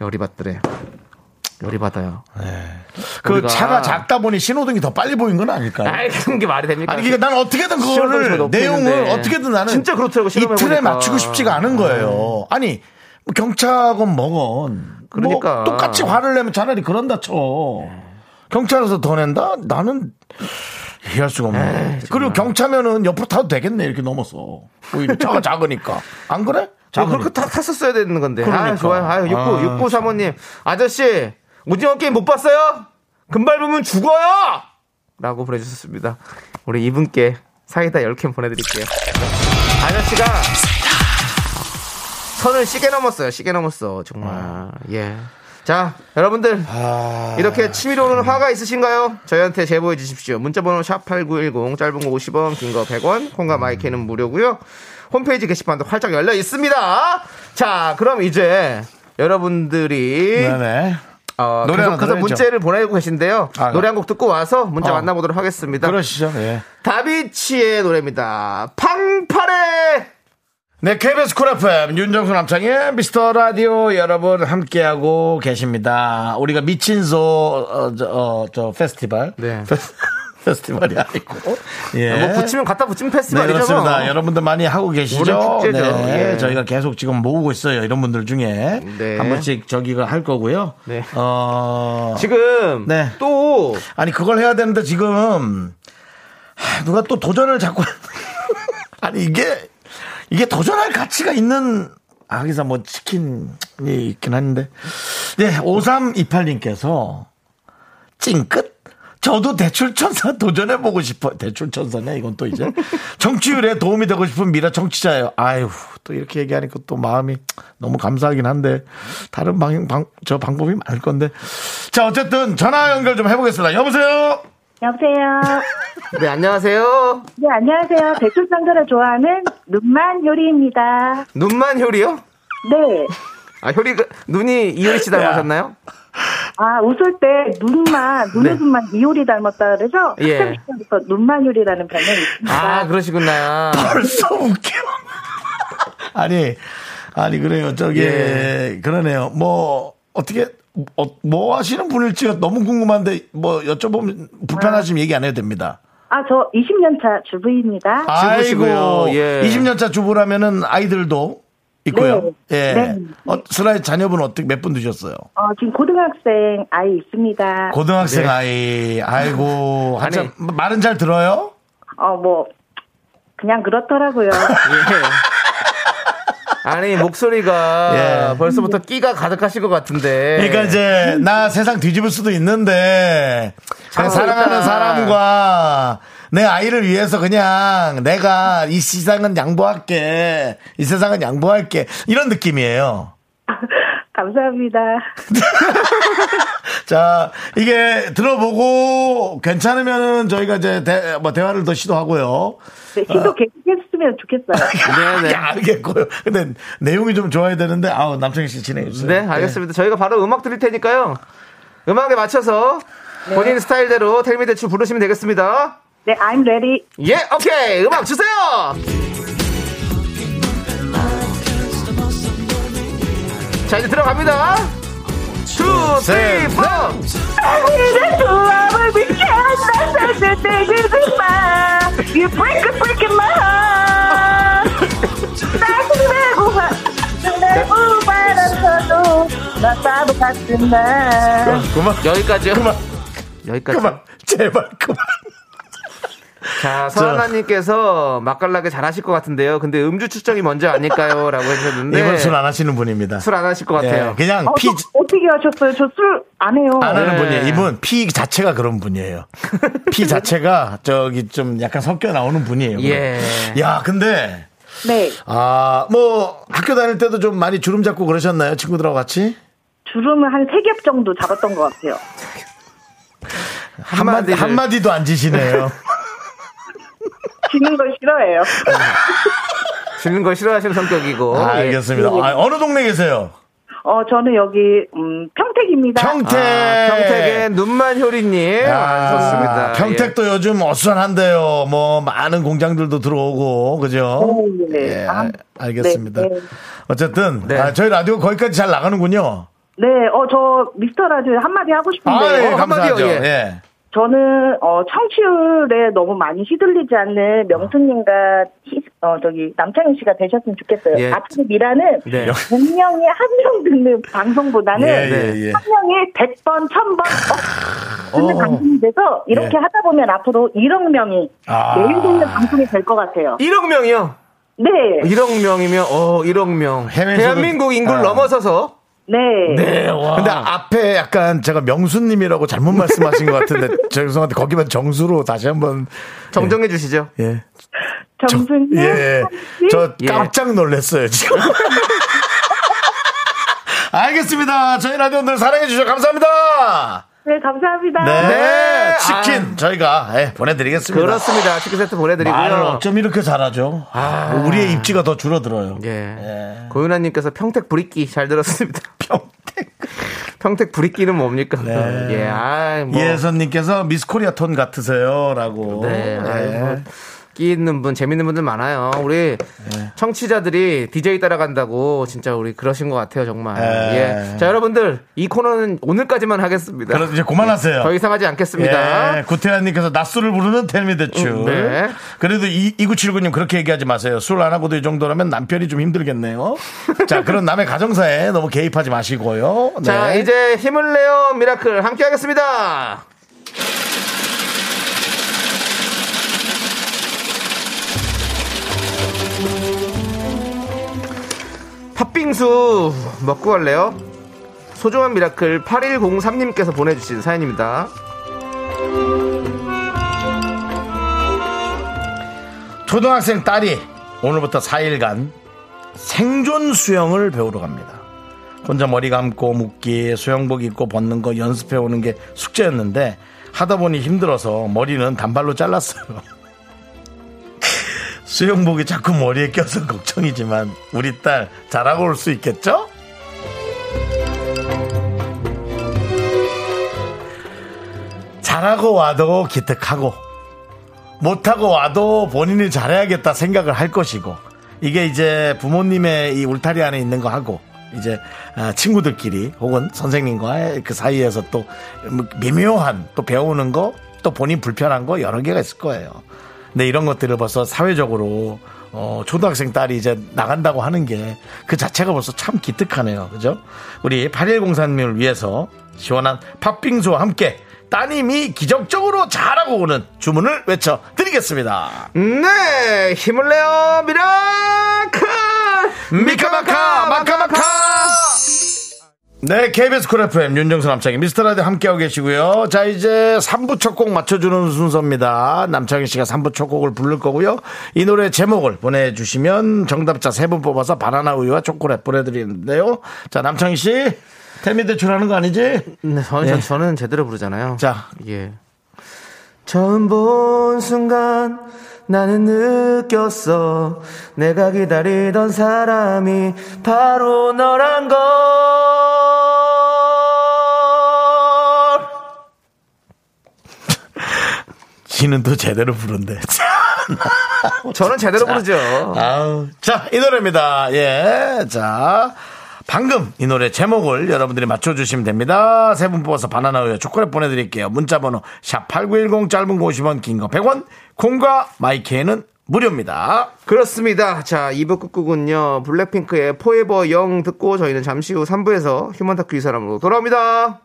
B: 열이 받더래. 열이 받아요.
A: 그
B: 우리가-
A: 차가 작다 보니 신호등이 더 빨리 보인 건 아닐까요?
B: 아이 그런 게 말이 됩니까?
A: 아니, 그러니까 난 어떻게든
B: 신호등 저도
A: 그거를
B: 높이
A: 내용을
B: 있는데.
A: 어떻게든 나는
B: 진짜 그렇더라고,
A: 이
B: 실험해보니까. 음.
A: 틀에 맞추고 싶지가 않은 거예요. 아니 뭐 경찰건 뭐건
B: 그러니까.
A: 뭐 똑같이 화를 내면 차라리 그런다 쳐. 경찰에서 더 낸다? 나는 이해할 수가 없네. 그리고 경차면은 옆으로 타도 되겠네 이렇게 넘어서 오히려 차가 작으니까 안 그래?
B: 저뭐 아, 그렇게 타, 탔었어야 되는 건데.
A: 그러니까.
B: 아, 좋아요. 아,
A: 아,
B: 69, 69 사모님. 아저씨, 오징어 게임 못 봤어요? 금발 보면 죽어요! 라고 보내주셨습니다. 우리 이분께 사이다 10캔 보내드릴게요. 아저씨가 선을 시계 넘었어요. 시계 넘었어. 정말. 예. 자, 여러분들.
A: 아,
B: 이렇게 취미로 오는 화가 있으신가요? 저희한테 제보해 주십시오. 문자번호 샵8910, 짧은 거 50원, 긴 거 100원, 콩과 마이크는 무료고요 홈페이지 게시판도 활짝 열려 있습니다. 자, 그럼 이제 여러분들이
A: 네네.
B: 어,
A: 노래 하나
B: 계속해서
A: 들어야죠.
B: 문제를 보내고 계신데요.
A: 아,
B: 노래 한 곡 듣고 와서 문자
A: 어.
B: 만나보도록 하겠습니다.
A: 그러시죠. 예.
B: 다비치의 노래입니다. 팡파레!
A: 네, KBS 쿨 FM 윤정수 남창의 미스터 라디오 여러분 함께하고 계십니다. 우리가 미친 소, 어, 저, 어, 저 페스티벌.
B: 네.
A: 페스- 페스티벌이 아니고. 예.
B: 뭐 붙이면 갖다 붙이면
A: 네,
B: 페스티벌이죠.
A: 그렇습니다.
B: 뭐.
A: 여러분들 많이 하고 계시죠?
B: 올해 축제죠.
A: 네,
B: 예.
A: 저희가 계속 지금 모으고 있어요. 이런 분들 중에.
B: 네.
A: 한 번씩 저기가 할 거고요.
B: 네.
A: 어,
B: 지금
A: 네.
B: 또
A: 아니 그걸 해야 되는데 지금 하, 누가 또 도전을 자꾸 아니 이게 이게 도전할 가치가 있는 아 여기서 뭐 치킨이 있긴 한데 네 5328님께서 찡끝 저도 대출천사 도전해보고 싶어. 대출천사냐, 이건 또 이제. 정치율에 도움이 되고 싶은 미라 정치자예요. 아유, 또 이렇게 얘기하니까 또 마음이 너무 감사하긴 한데, 다른 방, 방, 저 방법이 많을 건데. 자, 어쨌든 전화 연결 좀 해보겠습니다. 여보세요?
F: 여보세요.
B: 네, 안녕하세요.
F: 네, 안녕하세요. 대출상자를 좋아하는 눈만 요리입니다.
B: 눈만 효리요?
F: 네.
B: 아, 효리, 그- 눈이 이효리 씨 닮으셨나요?
F: 아, 웃을 때 눈만, 눈웃음만 이효리 닮았다 그래서
B: 예.
F: 학창 시절부터 눈만 요리라는 별명이 있습니다.
B: 아, 그러시구나.
A: 벌써 웃겨. 아니, 아니, 그래요. 저기,
B: 예.
A: 그러네요. 뭐, 어떻게, 어, 뭐 하시는 분일지가 너무 궁금한데, 뭐 여쭤보면 불편하시면 얘기 안 해도 됩니다.
F: 아, 저 20년 차 주부입니다.
A: 아이고,
B: 주부시고요. 예.
A: 20년차 주부라면은 아이들도 있고요.
F: 네.
A: 예.
F: 네.
A: 어, 슬라이 자녀분 어떻게 몇 분 두셨어요?
F: 어, 지금 고등학생 아이 있습니다.
A: 고등학생
B: 네.
A: 아이, 아이고,
B: 아니.
A: 한참 말은 잘 들어요?
F: 어, 뭐, 그냥 그렇더라고요.
B: 예. 아니, 목소리가
A: 예.
B: 벌써부터 끼가 가득하실 것 같은데.
A: 그러니까 이제 나 세상 뒤집을 수도 있는데 그냥
B: 아,
A: 사랑하는
B: 그러니까.
A: 사람과 내 아이를 위해서 그냥 내가 이 세상은 양보할게, 이 세상은 양보할게 이런 느낌이에요.
F: 감사합니다.
A: 자, 이게 들어보고 괜찮으면은 저희가 이제 대, 뭐 대화를 더 시도하고요. 아,
F: 네, 시도 계속했으면 좋겠어요.
B: 네네.
A: 야, 알겠고요. 근데 내용이 좀 좋아야 되는데 아우 남창희 씨 진행해 주세요.
B: 네, 알겠습니다. 저희가 바로 음악 드릴 테니까요. 음악에 맞춰서 본인 스타일대로 텔미 대출 부르시면 되겠습니다.
F: 네, I'm ready.
B: 예, 오케이. 음악 주세요. 자, 이제 들어갑니다. 2, 3, 4.
F: I needed you, I will be just as I did the days in my- You break it, break it, my heart. 날 보내고 가- 날 보내서도 나 따로 같은 날.
A: 네. 그만,
B: 여기까지요.
A: 그만,
B: 여기까지.
A: 그만, 제발 그만.
B: 자, 서하나님께서 맛깔나게 잘하실 것 같은데요. 근데 음주 추정이 뭔지 아닐까요? 라고 해주셨는데.
A: 이분 술 안 하시는 분입니다.
B: 네. 술 안 하실 것
A: 예,
B: 같아요.
A: 그냥
F: 어,
A: 피,
F: 저 어떻게 하셨어요? 저 술 안 해요.
A: 안 하는
B: 네.
A: 분이에요. 이분 피 자체가 그런 분이에요. 피 자체가 저기 좀 약간 섞여 나오는 분이에요.
B: 예.
A: 야, 근데
F: 네,
A: 아, 뭐 학교 다닐 때도 좀 많이 주름 잡고 그러셨나요? 친구들하고 같이?
F: 주름을 한 세 겹 정도 잡았던 것 같아요.
A: 한마디
B: 한마디를.
A: 한마디도 안 지시네요.
F: 지는 걸 싫어해요.
B: 지는 걸 싫어하시는 성격이고.
A: 아,
B: 예.
A: 알겠습니다. 아, 어느 동네 계세요?
F: 어, 저는 여기 음, 평택입니다.
A: 평택.
B: 아, 평택의 눈만 효리님
A: 예. 아,
B: 와주셨습니다. 예.
A: 평택도 요즘 어수선한데요. 뭐 많은 공장들도 들어오고 그죠?
F: 네, 네.
A: 예,
F: 아,
A: 알겠습니다.
F: 네, 네.
A: 어쨌든
B: 네.
A: 아, 저희 라디오 거기까지 잘 나가는군요.
F: 네, 어, 저 미스터 라디오 한마디 하고 싶은데.
A: 아, 예,
B: 어,
A: 감사하죠.
B: 한마디요, 예.
A: 예.
F: 저는 어, 청취율에 너무 많이 휘둘리지 않는 명수님과 희- 어, 저기 남창희 씨가 되셨으면 좋겠어요.
B: 예.
F: 앞으로 미라는
B: 네.
F: 100명이 한 명 듣는 방송보다는
A: 예, 예, 예.
F: 한 명이 100번, 1000번 듣는 방송이 돼서 이렇게
A: 예.
F: 하다 보면 앞으로 1억 명이
A: 아.
F: 매일 듣는 방송이 될 것 같아요.
B: 1억 예. 명이요.
F: 네,
B: 1억 명이면 어 1억 명.
A: 해외에서도-
B: 대한민국 인구를
A: 아.
B: 넘어서서
F: 네.
A: 근데 앞에 약간 제가 명수님이라고 잘못 말씀하신 것 같은데 죄송한데 거기만 정수로 다시 한번
B: 정정해 주시죠.
A: 예. 예.
F: 정수님,
A: 예.
F: 한씨
A: 저
B: 예.
A: 깜짝 놀랐어요, 지금. 알겠습니다. 저희 라디오 오늘 사랑해주셔서 감사합니다.
F: 네, 감사합니다.
A: 네,
B: 네.
A: 치킨 저희가 예, 보내드리겠습니다.
B: 그렇습니다. 치킨 세트 보내드리고요.
A: 말을 어쩜 이렇게 잘하죠? 우리의 입지가 더 줄어들어요.
B: 예.
A: 아. 예.
B: 고윤아님께서 평택 브리끼 잘 들었습니다.
A: 평택.
B: 평택 브리끼는 뭡니까? 예, 아이, 뭐.
A: 네. 이혜선님께서 미스코리아 톤 같으세요라고.
B: 네, 아이,
A: 예.
B: 뭐. 끼 있는 분, 재밌는 분들 많아요. 우리
A: 네.
B: 청취자들이 DJ 따라간다고 진짜 우리 그러신 것 같아요, 정말.
A: 예.
B: 예. 자, 여러분들, 이 코너는 오늘까지만 하겠습니다.
A: 그럼 이제 그만하세요.
B: 더 이상 하지 않겠습니다.
A: 예, 구태환님께서 낮술을 부르는 텔미대추.
B: 음, 네.
A: 그래도 이, 2979님 그렇게 얘기하지 마세요. 술 안 하고도 이 정도라면 남편이 좀 힘들겠네요. 자, 그런 남의 가정사에 너무 개입하지 마시고요. 네.
B: 자, 이제 힘을 내요, 미라클. 함께 하겠습니다. 팥빙수 먹고 갈래요? 소중한 미라클 8103님께서 보내주신 사연입니다.
A: 초등학생 딸이 오늘부터 4일간 생존 수영을 배우러 갑니다. 혼자 머리 감고 묶기, 수영복 입고 벗는 거 연습해 오는 게 숙제였는데 하다 보니 힘들어서 머리는 단발로 잘랐어요. 수영복이 자꾸 머리에 껴서 걱정이지만 우리 딸 잘하고 올 수 있겠죠? 잘하고 와도 기특하고 못하고 와도 본인이 잘해야겠다 생각을 할 것이고 이게 이제 부모님의 이 울타리 안에 있는 거 하고 이제 아, 친구들끼리 혹은 선생님과의 그 사이에서 또 미묘한 또 배우는 거 또 본인 불편한 거 여러 개가 있을 거예요. 근데 이런 것들을 벌써 사회적으로 어, 초등학생 딸이 이제 나간다고 하는 게 그 자체가 벌써 참 기특하네요. 그죠? 우리 8103님을 위해서 시원한 팥빙수와 함께 따님이 기적적으로 잘하고 오는 주문을 외쳐드리겠습니다.
B: 네! 힘을 내요, 미라클!
A: 미카마카, 마카마카! 네, KBS 쿨 FM 윤정수 남창희 미스터라디오 함께하고 계시고요. 자, 이제 3부 첫 곡 맞춰주는 순서입니다. 남창희 씨가 3부 첫 곡을 부를 거고요. 이 노래 제목을 보내주시면 정답자 3분 뽑아서 바나나 우유와 초콜릿 보내드리는데요. 자, 남창희 씨, 텔미 대출하는 거 아니지?
B: 네, 저는,
A: 예.
B: 저는 제대로 부르잖아요.
A: 자,
B: 예. 처음 본 순간 나는 느꼈어 내가 기다리던 사람이 바로 너란 걸
A: 씨는 또 제대로 부른데.
B: 저는 제대로 부르죠
A: 아우. 자, 이 노래입니다. 예. 자, 방금 이 노래 제목을 여러분들이 맞춰주시면 됩니다. 세 분 뽑아서 바나나 우유 초콜릿 보내드릴게요. 문자번호 샵8910 짧은 거 50원, 긴 거 100원, 콩과 마이케이는 무료입니다.
B: 그렇습니다 자 2부 끝곡은요 블랙핑크의 포에버 영 듣고 저희는 잠시 후 3부에서 휴먼 다큐 이 사람으로 돌아옵니다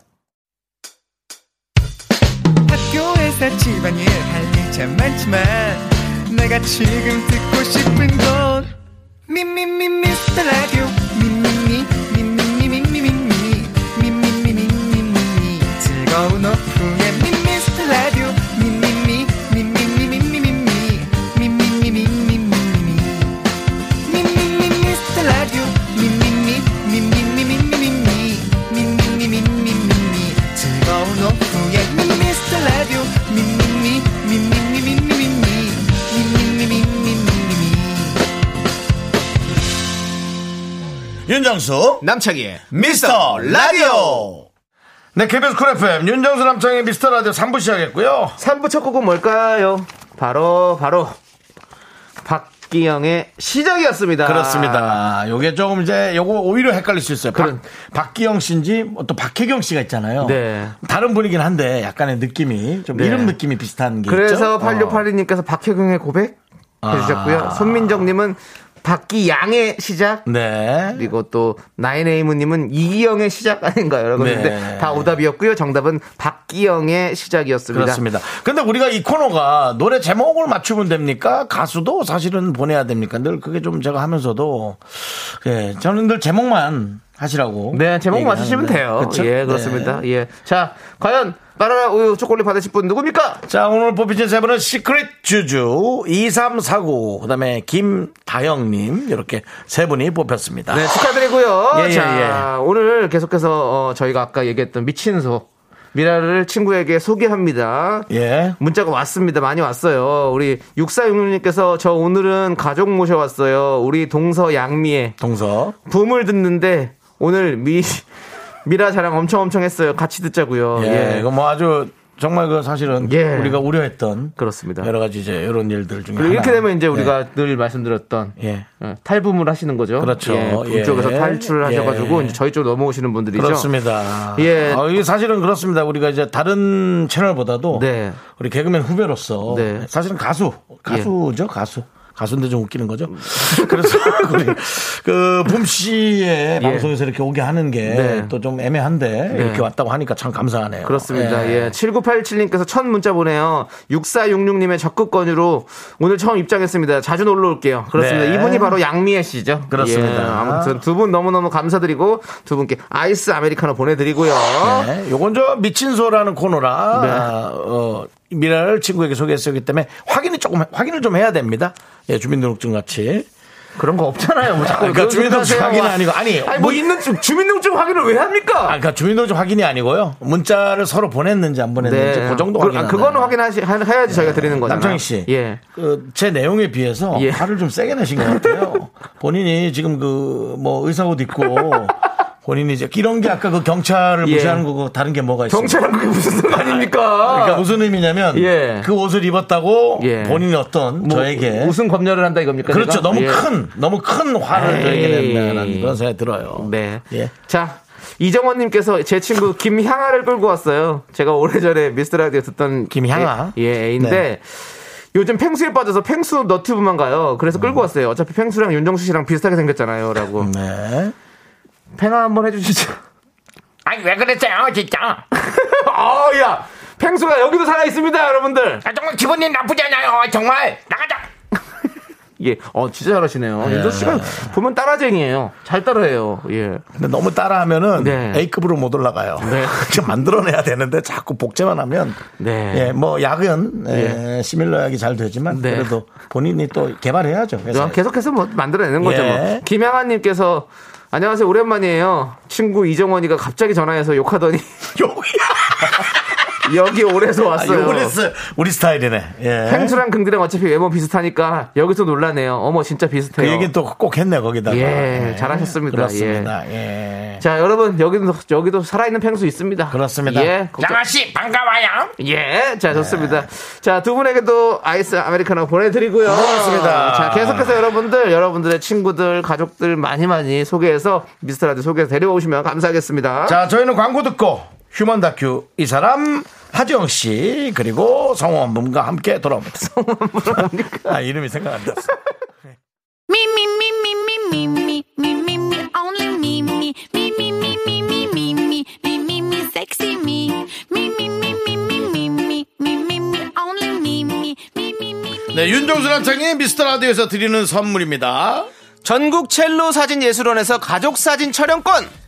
G: 학교에서 집안일 할 일 참 많지만 내가 지금 듣고 싶은 건 미미미 미스터 라디오 미미미 미미미 미미미 미미미 미미미 즐거운 오후에 미스터 라디오 미미미 미미미 미미미 미미미 미미미 미미미 미스터 라디오 미미미 미미미 미미미 미미미 미미미 즐거운 오후에 미스터 라디오 미미미 미미미 미미미 미미미 미미미
A: 윤정수,
B: 남창희의
A: 미스터 라디오. 네, KBS 쿨 FM, 윤정수 남창의 미스터 라디오 3부 시작했고요.
B: 3부 첫 곡은 뭘까요? 바로 바로 박기영의 시작이었습니다.
A: 아, 그렇습니다. 요게 조금 이제 요거 오히려 헷갈릴 수 있어요.
B: 그런-
A: 박, 박기영 씨인지 뭐또 박혜경 씨가 있잖아요.
B: 네.
A: 다른 분이긴 한데 약간의 느낌이 좀
B: 네.
A: 이름 느낌이 비슷한 게
B: 그래서
A: 있죠. 어.
B: 8682님께서 박혜경의 고백 해주셨고요.
A: 아.
B: 손민정님은 박기양의 시작.
A: 어. 네.
B: 그리고 또 나인에이무님은 이기영의 시작 아닌가요? 여러분
A: 네.
B: 근데 다 오답이었고요. 정답은 박기영의 시작이었습니다.
A: 그렇습니다. 근데 우리가 이 코너가 노래 제목을 맞추면 됩니까? 가수도 사실은 보내야 됩니까? 늘 그게 좀 제가 하면서도 예, 저는 늘 제목만 하시라고.
B: 네 제목
A: 얘기를
B: 맞으시면
A: 하는데.
B: 돼요.
A: 그쵸? 네.
B: 예 그렇습니다. 예 자 과연 바나나 우유 초콜릿 받으실 분 누굽니까?
A: 자, 오늘 뽑히신 세 분은 시크릿 주주 2349, 그 다음에 김다영님, 이렇게 세 분이 뽑혔습니다.
B: 네, 축하드리고요.
A: 예, 예,
B: 자, 오늘 계속해서 어, 저희가 아까 얘기했던 미친 소. 미라를 친구에게 소개합니다.
A: 예.
B: 문자가 왔습니다. 많이 왔어요. 우리 6466님께서 저 오늘은 가족 모셔왔어요. 우리 동서 양미에
A: 동서.
B: 붐을 듣는데 오늘 미 미라 자랑 엄청 엄청 했어요. 같이 듣자고요.
A: 예. 이거 뭐 아주 정말 그 사실은
B: 예.
A: 우리가 우려했던
B: 그렇습니다.
A: 여러 가지 이제 이런 일들 중에
B: 그리고 이렇게
A: 하나.
B: 되면 이제 우리가 늘 말씀드렸던
A: 예. 예.
B: 어, 탈붐을 하시는 거죠.
A: 그렇죠.
B: 예,
A: 예.
B: 그쪽에서 탈출을 하셔가지고
A: 예.
B: 이제 저희 쪽으로 넘어오시는 분들이죠.
A: 그렇습니다.
B: 예.
A: 어, 이게 사실은 그렇습니다. 우리가 이제 다른 채널보다도
B: 네.
A: 우리 개그맨 후배로서
B: 네. 예.
A: 사실은 가수 가수죠 가수. 가수인데 좀 웃기는 거죠.
B: 음.
A: 그래서 우리 그붐 씨의 방송에서 이렇게 오게 하는 게
B: 예. 네.
A: 또 좀 애매한데
B: 네.
A: 이렇게 왔다고 하니까 참 감사하네요.
B: 그렇습니다.
A: 예.
B: 예. 7987님께서 첫 문자 보내요. 6466님의 적극 권유로 오늘 처음 입장했습니다. 자주 놀러 올게요. 그렇습니다.
A: 네.
B: 이분이 바로 양미애 씨죠.
A: 그렇습니다.
B: 예, 아무튼 두 분 너무너무 감사드리고 두 분께 아이스 아메리카노 보내드리고요.
A: 네, 요건 저 미친 소라는 코너라
B: 예. 네.
A: 아, 어, 미라를 친구에게 소개했었기 때문에 확인이 조금 확인을 좀 해야 됩니다. 예, 주민등록증 같이.
B: 그런 거 없잖아요. 뭐 자꾸
A: 그러니까
B: 그런
A: 주민등록증
B: 생각하세요.
A: 확인은 아니고 아니,
B: 아니 뭐 있는 주- 주민등록증 확인을 왜 합니까?
A: 아, 그러니까 주민등록증 확인이 아니고요. 문자를 서로 보냈는지 안 보냈는지 그 정도
B: 그-
A: 확인.
B: 아, 그거는 확인하시 하- 해야지 저희가 드리는 거잖아요.
A: 남창희 씨,
B: 예.
A: 그, 제 내용에 비해서
B: 예.
A: 화를 좀 세게 내신 것 같아요. 본인이 지금 그 뭐 의사 옷 입고 본인이 이제 이런 게 아까 그 경찰을
B: 예.
A: 무시하는 거고 다른 게 뭐가 있어요?
B: 경찰은 그게 무슨 상관입니까?
A: 그러니까 무슨 의미냐면
B: 예.
A: 그 옷을 입었다고
B: 예.
A: 본인이 어떤
B: 뭐
A: 저에게
B: 무슨 검열을 한다 이겁니까?
A: 그렇죠
B: 내가?
A: 너무
B: 예.
A: 큰 너무 큰 화를
B: 에이.
A: 저에게 낸다는 그런 생각이 들어요.
B: 예. 네.
A: 예.
B: 자, 이정원님께서 제 친구 김향아를 끌고 왔어요. 제가 오래전에 미스터라디오 듣던
A: 김향아?
B: 애, 예, 애인데
A: 네.
B: 요즘 펭수에 빠져서 펭수 너튜브만 가요. 그래서
A: 음.
B: 끌고 왔어요. 어차피 펭수랑 윤정수 씨랑 비슷하게 생겼잖아요.라고
A: 네.
B: 펭아 한번 해주시죠.
A: 아니 왜 그랬어요 진짜?
B: 아, 야, 펭수가 여기도 살아 있습니다, 여러분들.
A: 아, 정말 기분이 나쁘지 않아요 정말 나가자. 예.
B: 예, 어, 진짜 잘하시네요. 윤정수 씨가 보면 따라쟁이에요. 잘 따라해요. 예.
A: 근데 너무 따라하면은
B: 네.
A: A급으로 못 올라가요.
B: 네.
A: 좀 만들어내야 되는데 자꾸 복제만 하면
B: 네.
A: 예, 뭐 약은 예, 시밀러 약이 잘 되지만
B: 네.
A: 그래도 본인이 또 개발해야죠. 회사에서.
B: 아, 계속해서 뭐 만들어내는 거죠.
A: 네. 예.
B: 뭐. 김양아님께서 안녕하세요 오랜만이에요. 친구 이정원이가 갑자기 전화해서 욕하더니 여기 오래서
A: 아,
B: 왔어요.
A: 요걸 했어요. 우리 스타일이네. 예.
B: 펭수랑 긍디랑 어차피 외모 비슷하니까 여기서 놀라네요. 어머 진짜 비슷해요.
A: 그 얘기는 또 꼭 했네 거기다가.
B: 예, 잘하셨습니다.
A: 그렇습니다. 예.
B: 자 여러분 여기도 여기도 살아있는 펭수 있습니다.
A: 그렇습니다.
B: 예,
A: 장아 씨 반가워요.
B: 예, 자 좋습니다. 자 두 분에게도 아이스 아메리카노 보내드리고요.
A: 고맙습니다.
B: 자 계속해서 여러분들, 여러분들의 친구들, 가족들 많이 많이 소개해서 미스터라디 소개해서 데려오시면 감사하겠습니다.
A: 자, 저희는 광고 듣고 휴먼 다큐 이 사람 하지영 씨 그리고 성원 분과 함께 돌아옵니다. 아, 이름이 생각 안 났어.
D: Me, me, me, me, me, me, me, me, me, me, only me, me, me, me, me, me, me, me, me, me, me, me, sexy me. Me, me, me, me, me, me, me, me, me, me, only me, me, me, me, me.
A: 네, 윤종수 남창이 미스터 라디오에서 드리는 선물입니다.
B: 전국 첼로 사진 예술원에서 가족 사진 촬영권,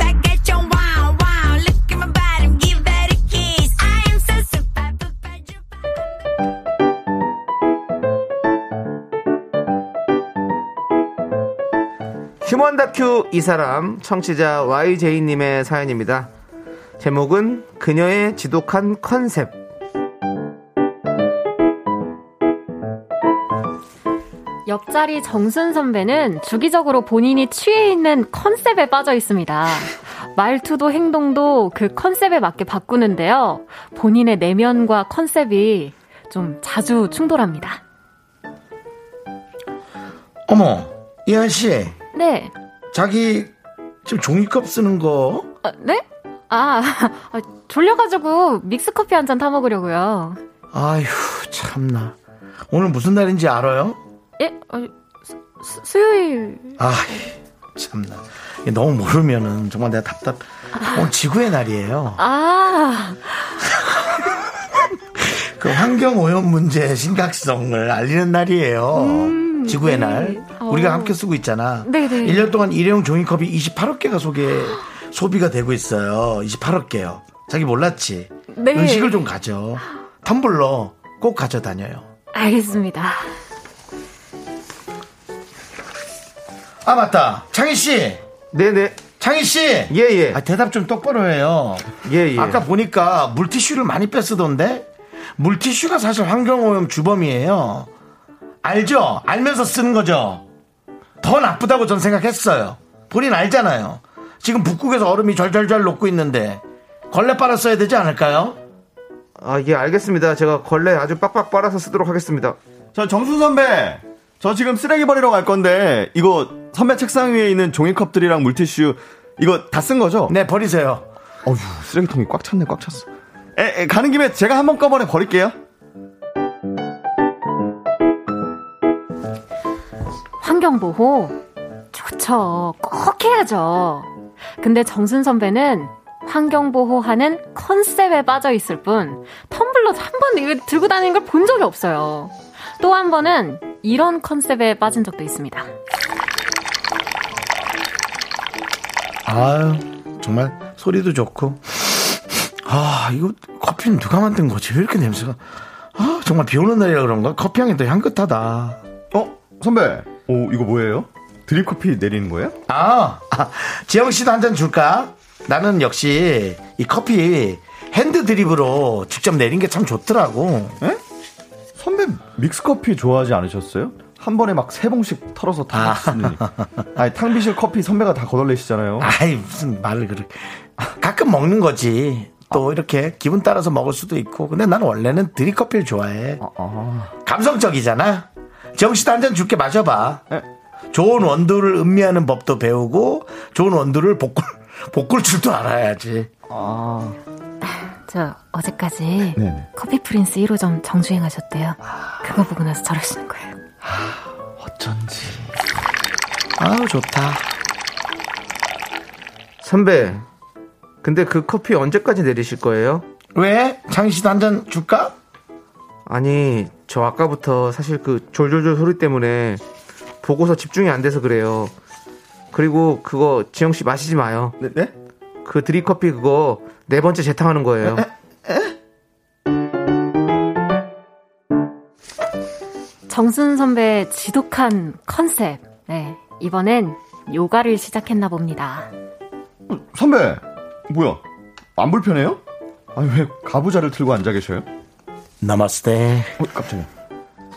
D: I get your wow, wow. Look at my body, give that a kiss. I am so super, super, super.
B: 휴먼 다큐 이 사람 청취자 YJ님의 사연입니다. 제목은 그녀의 지독한 컨셉.
H: 옆자리 정순 선배는 주기적으로 본인이 취해 있는 컨셉에 빠져 있습니다. 말투도 행동도 그 컨셉에 맞게 바꾸는데요. 본인의 내면과 컨셉이 좀 자주 충돌합니다.
A: 어머 이한 씨
H: 네.
A: 자기 지금 종이컵 쓰는 거
H: 어, 네? 아, 아, 졸려가지고 믹스커피 한 잔 타먹으려고요.
A: 아휴 참나 오늘 무슨 날인지 알아요?
H: 예? 어, 수, 수요일.
A: 아 참나 이게 너무 모르면은 정말 내가 답답 오늘 지구의 날이에요
H: 아,
A: 그 환경 오염 문제의 심각성을 알리는 날이에요. 지구의
H: 네.
A: 날.
H: 어.
A: 우리가 함께 쓰고 있잖아.
H: 네네.
A: 1년 동안 일회용 종이컵이 28억 개가 소개 소비가 되고 있어요. 28억 개요. 자기 몰랐지?
H: 네.
A: 의식을 좀 가져. 텀블러 꼭 가져다녀요.
H: 알겠습니다.
A: 아 맞다. 창희 씨.
B: 네네.
A: 창희 씨.
B: 예, 예.
A: 아, 대답 좀 똑바로 해요.
B: 예, 예.
A: 아까 보니까 물티슈를 많이 뺐쓰던데 물티슈가 사실 환경오염 주범이에요. 알죠? 알면서 쓰는 거죠. 더 나쁘다고 전 생각했어요. 본인 알잖아요. 지금 북극에서 얼음이 절절절 녹고 있는데 걸레 빨았어야 되지 않을까요?
B: 아, 예, 알겠습니다. 제가 걸레 아주 빡빡 빨아서 쓰도록 하겠습니다.
I: 저 정수 선배, 저 지금 쓰레기 버리러 갈 건데 이거 선배 책상 위에 있는 종이컵들이랑 물티슈 이거 다 쓴 거죠?
A: 네 버리세요.
I: 어휴, 쓰레기통이 꽉 찼네, 꽉 찼어. 에, 에, 가는 김에 제가 한번 꺼번에 버릴게요.
H: 환경보호 좋죠. 꼭 해야죠. 근데 정순 선배는 환경보호하는 컨셉에 빠져 있을 뿐 텀블러 한 번 이거 들고 다니는 걸 본 적이 없어요. 또 한 번은 이런 컨셉에 빠진 적도 있습니다.
A: 아유 정말 소리도 좋고 아 이거 커피는 누가 만든 거지 왜 이렇게 냄새가 아 정말 비 오는 날이라 그런가 커피 향이 더 향긋하다
I: 어, 선배. 오, 이거 뭐예요? 드립커피 내리는 거예요?
A: 아, 아, 지영 씨도 한 잔 줄까? 나는 역시 이 커피 핸드 드립으로 직접 내린 게 참 좋더라고.
I: 선배 믹스커피 좋아하지 않으셨어요? 한 번에 막 세 봉씩 털어서 다
A: 아.
I: 쓰는. 아니, 탕비실 커피 선배가 다 거덜내시잖아요.
A: 아이 무슨 말을 그렇게 가끔 먹는 거지. 또 이렇게 기분 따라서 먹을 수도 있고. 근데 난 원래는 드립 커피를 좋아해. 감성적이잖아. 지영 씨도 한 잔 줄게 마셔봐.
I: 에?
A: 좋은 원두를 음미하는 법도 배우고 좋은 원두를 볶을 볶을 줄도 알아야지.
H: 저 어제까지
I: 네네. 아.
H: 커피 프린스 1호점 정주행하셨대요. 그거 보고 나서 저러시는 거예요.
I: 어쩐지.
A: 아우 좋다.
B: 선배, 근데 그 커피 언제까지 내리실 거예요?
A: 왜 창희 씨도 한 잔 줄까?
B: 아니, 저 아까부터 사실 그 졸졸졸 소리 때문에 보고서 집중이 안 돼서 그래요. 그리고 그거 지영씨 마시지 마요.
I: 네? 네?
B: 그 드립커피 그거 네 번째 재탕하는 거예요.
I: 네.
H: 정순 선배의 지독한 컨셉. 네. 이번엔 요가를 시작했나 봅니다.
I: 선배, 뭐야? 안 불편해요? 아니, 왜 가부자를 틀고 앉아 계셔요?
A: 나마스테.
I: 어, 깜짝이야.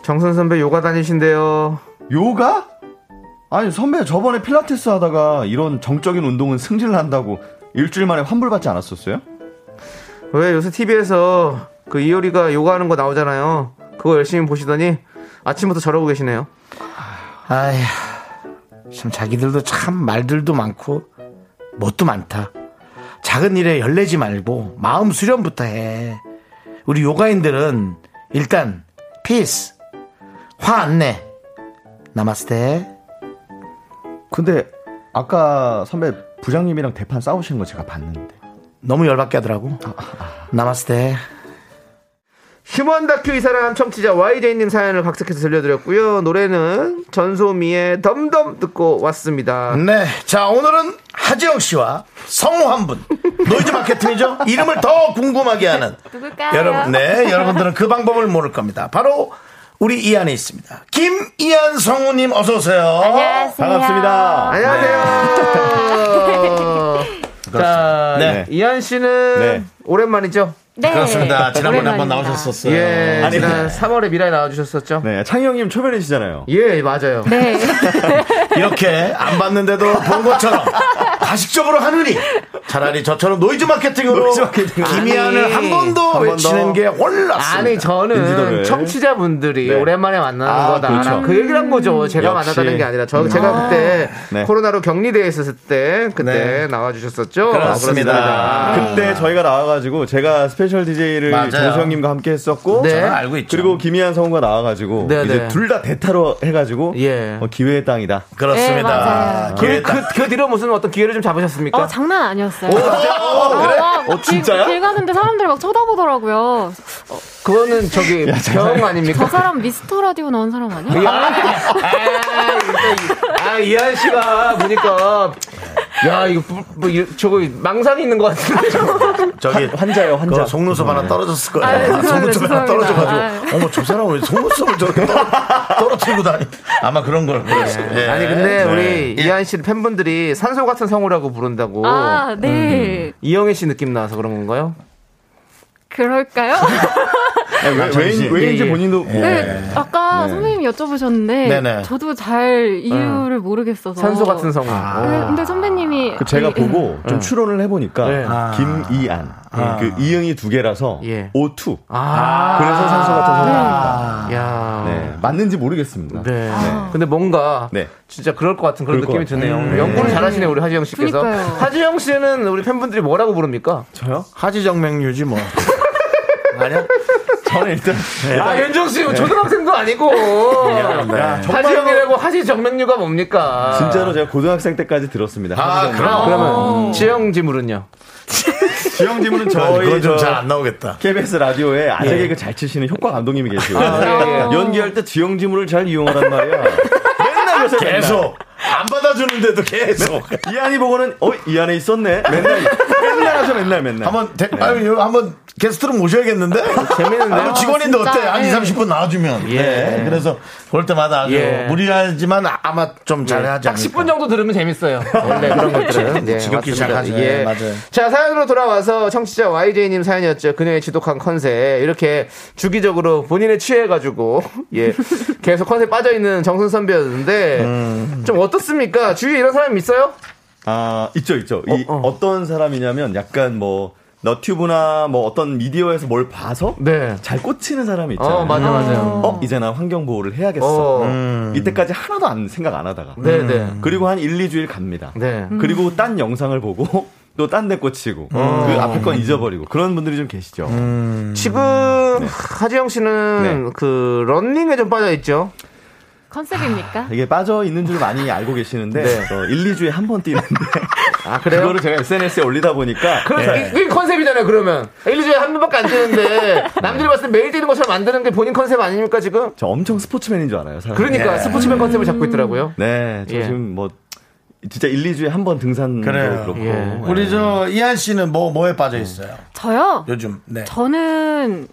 B: 정선 선배 요가 다니신대요.
I: 요가? 아니, 선배 저번에 필라테스 하다가 이런 정적인 운동은 승질 난다고 일주일 만에 환불받지 않았었어요?
B: 왜 요새 TV에서 그 이효리가 요가하는 거 나오잖아요. 그거 열심히 보시더니 아침부터 저러고 계시네요.
A: 아휴, 참 자기들도 참 말들도 많고 뭣도 많다. 작은 일에 열내지 말고 마음 수련부터 해. 우리 요가인들은 일단 피스, 화 안 내. 나마스테.
I: 근데 아까 선배 부장님이랑 대판 싸우시는 거 제가 봤는데. 아,
A: 너무 열받게 하더라고. 나마스테.
B: 휴먼 다큐 이 사람 청취자 YJ님 사연을 각색해서 들려드렸고요. 노래는 전소미의 덤덤 듣고
I: 음.
B: 왔습니다.
A: 네. 자, 오늘은 하지영 씨와 성우 한 분. 노이즈 마케팅이죠? 이름을 더 궁금하게 하는.
H: 누굴까요?
A: 여러분, 네. 여러분들은 그 방법을 모를 겁니다. 바로 우리 이 안에 있습니다. 김이안 성우님 어서오세요.
H: 안녕하세요.
I: 반갑습니다.
B: 안녕하세요. 자,
A: 네.
B: 이한 씨는
I: 네.
B: 오랜만이죠?
H: 네.
A: 그렇습니다. 지난번에 한번
H: 오랜만입니다.
A: 나오셨었어요.
B: 예,
A: 아니, 네.
B: 지난 3월에 미라에 나와주셨었죠?
I: 네, 창희 형님 초면이시잖아요.
B: 예, 맞아요.
H: 네.
A: 이렇게 안 봤는데도 본 것처럼 가식적으로 하느니 차라리 저처럼 노이즈 마케팅으로
I: 노이즈 마케팅으로.
A: 김이안을
B: 아니,
A: 한 번 더
I: 한번 더.
A: 외치는 게 올랐습니다.
B: 아니 저는
I: 인지도를.
B: 청취자분들이
I: 네.
B: 오랜만에 만나는
I: 아,
B: 거다. 그
I: 그렇죠.
B: 얘기를 한 거죠. 제가
I: 역시.
B: 만났다는 게 아니라 저 제가 그때
I: 네.
B: 코로나로 격리돼 있었을 때 그때
A: 네.
B: 나와주셨었죠.
A: 그렇습니다.
B: 아, 그렇습니다.
I: 그때 저희가 나와가지고 제가 스페셜 DJ를
A: 맞아요.
I: 정수형님과 함께 했었고
B: 네. 저는
A: 알고 있죠.
I: 그리고 김희한 성우가 나와가지고
B: 네,
I: 이제
B: 네.
I: 둘 다 대타로 해가지고
B: 예.
I: 어, 기회의 땅이다.
H: 네,
A: 그렇습니다.
H: 맞아요.
B: 그,
A: 기회 딱
B: 그, 그 뒤로 무슨 어떤 기회를 좀 잡으셨습니까?
H: 어, 장난 아니었어요.
A: 그래?
I: 어, 진짜야?
H: 길, 길 가는데 사람들이 막 쳐다보더라고요.
B: 그거는 저기 병 아닙니까?
H: 저 사람 미스터 라디오 나온 사람
B: 어.
H: 아니야?
B: 아, 아, 이한 씨가 보니까 야 이거 뭐, 뭐 이거 저거 망상이 있는 것 같은데.
A: 저기
I: 환자예요, 환자. 네.
A: 그 속눈썹 하나 떨어졌을 거예요.
H: 아유, 네, 죄송합니다,
A: 속눈썹 하나
H: 죄송합니다.
I: 아,
A: 떨어져가지고 어머 저 사람 왜 속눈썹을 저렇게 떨어, 떨어뜨리고 다니? 아마 그런 걸 그랬어요. 예.
B: 아니 근데
A: 네.
B: 우리
A: 예.
B: 이한 씨 팬분들이 산소 같은 성우라고 부른다고
H: 아, 네.
B: 이영애 씨 느낌 나서 그런 건가요?
H: 그럴까요?
I: 아, 왜,
A: 잠시.
I: 왜, 왜인지
B: 예, 예.
I: 본인도 뭐
H: 네. 아까 선배님이 여쭤보셨는데
A: 네네.
H: 저도 잘 이유를 모르겠어서
B: 산소 같은 성우.
I: 아.
H: 네, 근데 선배님이
I: 그 제가
H: 이-
I: 보고 좀 추론을 해보니까
B: 네.
A: 아.
I: 김이안 그 이응이 두 개라서
B: 예.
I: O2
B: 아,
I: 그래서 산소 같은 성우입니다.
B: 야.
I: 네. 맞는지 모르겠습니다.
B: 네. 근데 뭔가
I: 네.
B: 진짜 그럴 것 같은 그런
I: 그럴
B: 느낌이
I: 것
B: 드네요.
I: 같아요. 음.
B: 연구를
I: 네.
B: 잘하시네 요 우리 하지영 씨께서.
H: 그러니까요.
B: 하지영 씨는 우리 팬분들이 뭐라고 부릅니까?
I: 저요?
A: 하지정맥류지 뭐. 아니야?
I: 저는 일단
B: 아 연정 씨 초등학생도 아니고 아,
A: 네.
B: 하지영이라고 하지 정맥류가 뭡니까?
I: 진짜로 제가 고등학생 때까지 들었습니다.
A: 아 그럼
B: 그러면 지영 지물은요?
I: 지영 님은
A: 그건
I: 저희 저
A: 좀 잘 안 나오겠다.
I: KBS 라디오에 아재 개그 잘 치시는 효과 감독님이 계시고
B: 예, 예.
I: 연기할 때 지영 지물을 잘 이용하란 말이야. 맨날 요새 맨날.
A: 계속 안 받아주는데도 계속.
I: 이 안이 보고는 어 이 안에 있었네. 맨날 맨날 하죠 맨날 맨날.
A: 한번 대, 아유, 이거 한번 게스트로 모셔야겠는데.
B: 네. 재밌는데요?
A: 아니, 직원인데
H: 진짜.
A: 어때? 한 2, 30분 나와주면.
B: 예.
A: 네. 그래서 그럴 때마다 아주
B: 예.
A: 무리하지만 아마 좀 잘하지
B: 딱
A: 않을까.
B: 10분 정도 들으면 재밌어요. 원래 그런 것들은. 네,
A: 지겹게
B: 맞습니다.
A: 시작하죠. 예, 맞아요.
B: 자, 사연으로 돌아와서 청취자 YJ님 사연이었죠. 그녀의 지독한 컨셉. 이렇게 주기적으로 본인의 취해가지고, 예, 계속 컨셉 빠져있는 정순 선배였는데, 좀 어떻습니까? 주위에 이런 사람 있어요?
I: 아 있죠 있죠. 이
B: 어.
I: 어떤 사람이냐면 약간 뭐 너튜브나 뭐 어떤 미디어에서 뭘 봐서
B: 네.
I: 잘 꽂히는 사람이 있잖아요.
B: 어, 맞아, 맞아요.
I: 어, 이제 나 환경 보호를 해야겠어.
B: 어,
I: 이때까지 하나도 안 생각 안 하다가.
B: 네, 네.
I: 그리고 한 1, 2주일 갑니다.
B: 네.
I: 그리고 딴 영상을 보고 또 딴 데 꽂히고
B: 음.
I: 그 앞에 건 잊어버리고 그런 분들이 좀 계시죠.
B: 지금,
I: 음. 네.
B: 하지영 씨는, 그, 런닝에 좀 빠져있죠?
H: 컨셉입니까?
I: 이게 빠져 있는 줄 많이 알고 계시는데
B: 네.
I: 어, 1, 2주에 한 번 뛰는데
B: 아, 그래요?
I: 그거를 제가 SNS에 올리다 보니까
B: 그럼
I: 네.
B: 이- 그게 컨셉이잖아요, 그러면. 1, 2주에 한 번밖에 안 되는데, 남들이 봤을 때 매일 뛰는 것처럼 만드는 게 본인 컨셉 아닙니까, 지금?
I: 저 엄청 스포츠맨인 줄 알아요. 사람.
B: 그러니까 스포츠맨 컨셉을 잡고 있더라고요.
I: 네, 예. 저
B: 예.
I: 지금 뭐 진짜 1, 2주에 한 번 등산도
A: 그래요.
I: 그렇고
B: 예.
A: 우리 저 이한 씨는 뭐 뭐에 빠져 있어요?
H: 저요?
A: 요즘 네
H: 저는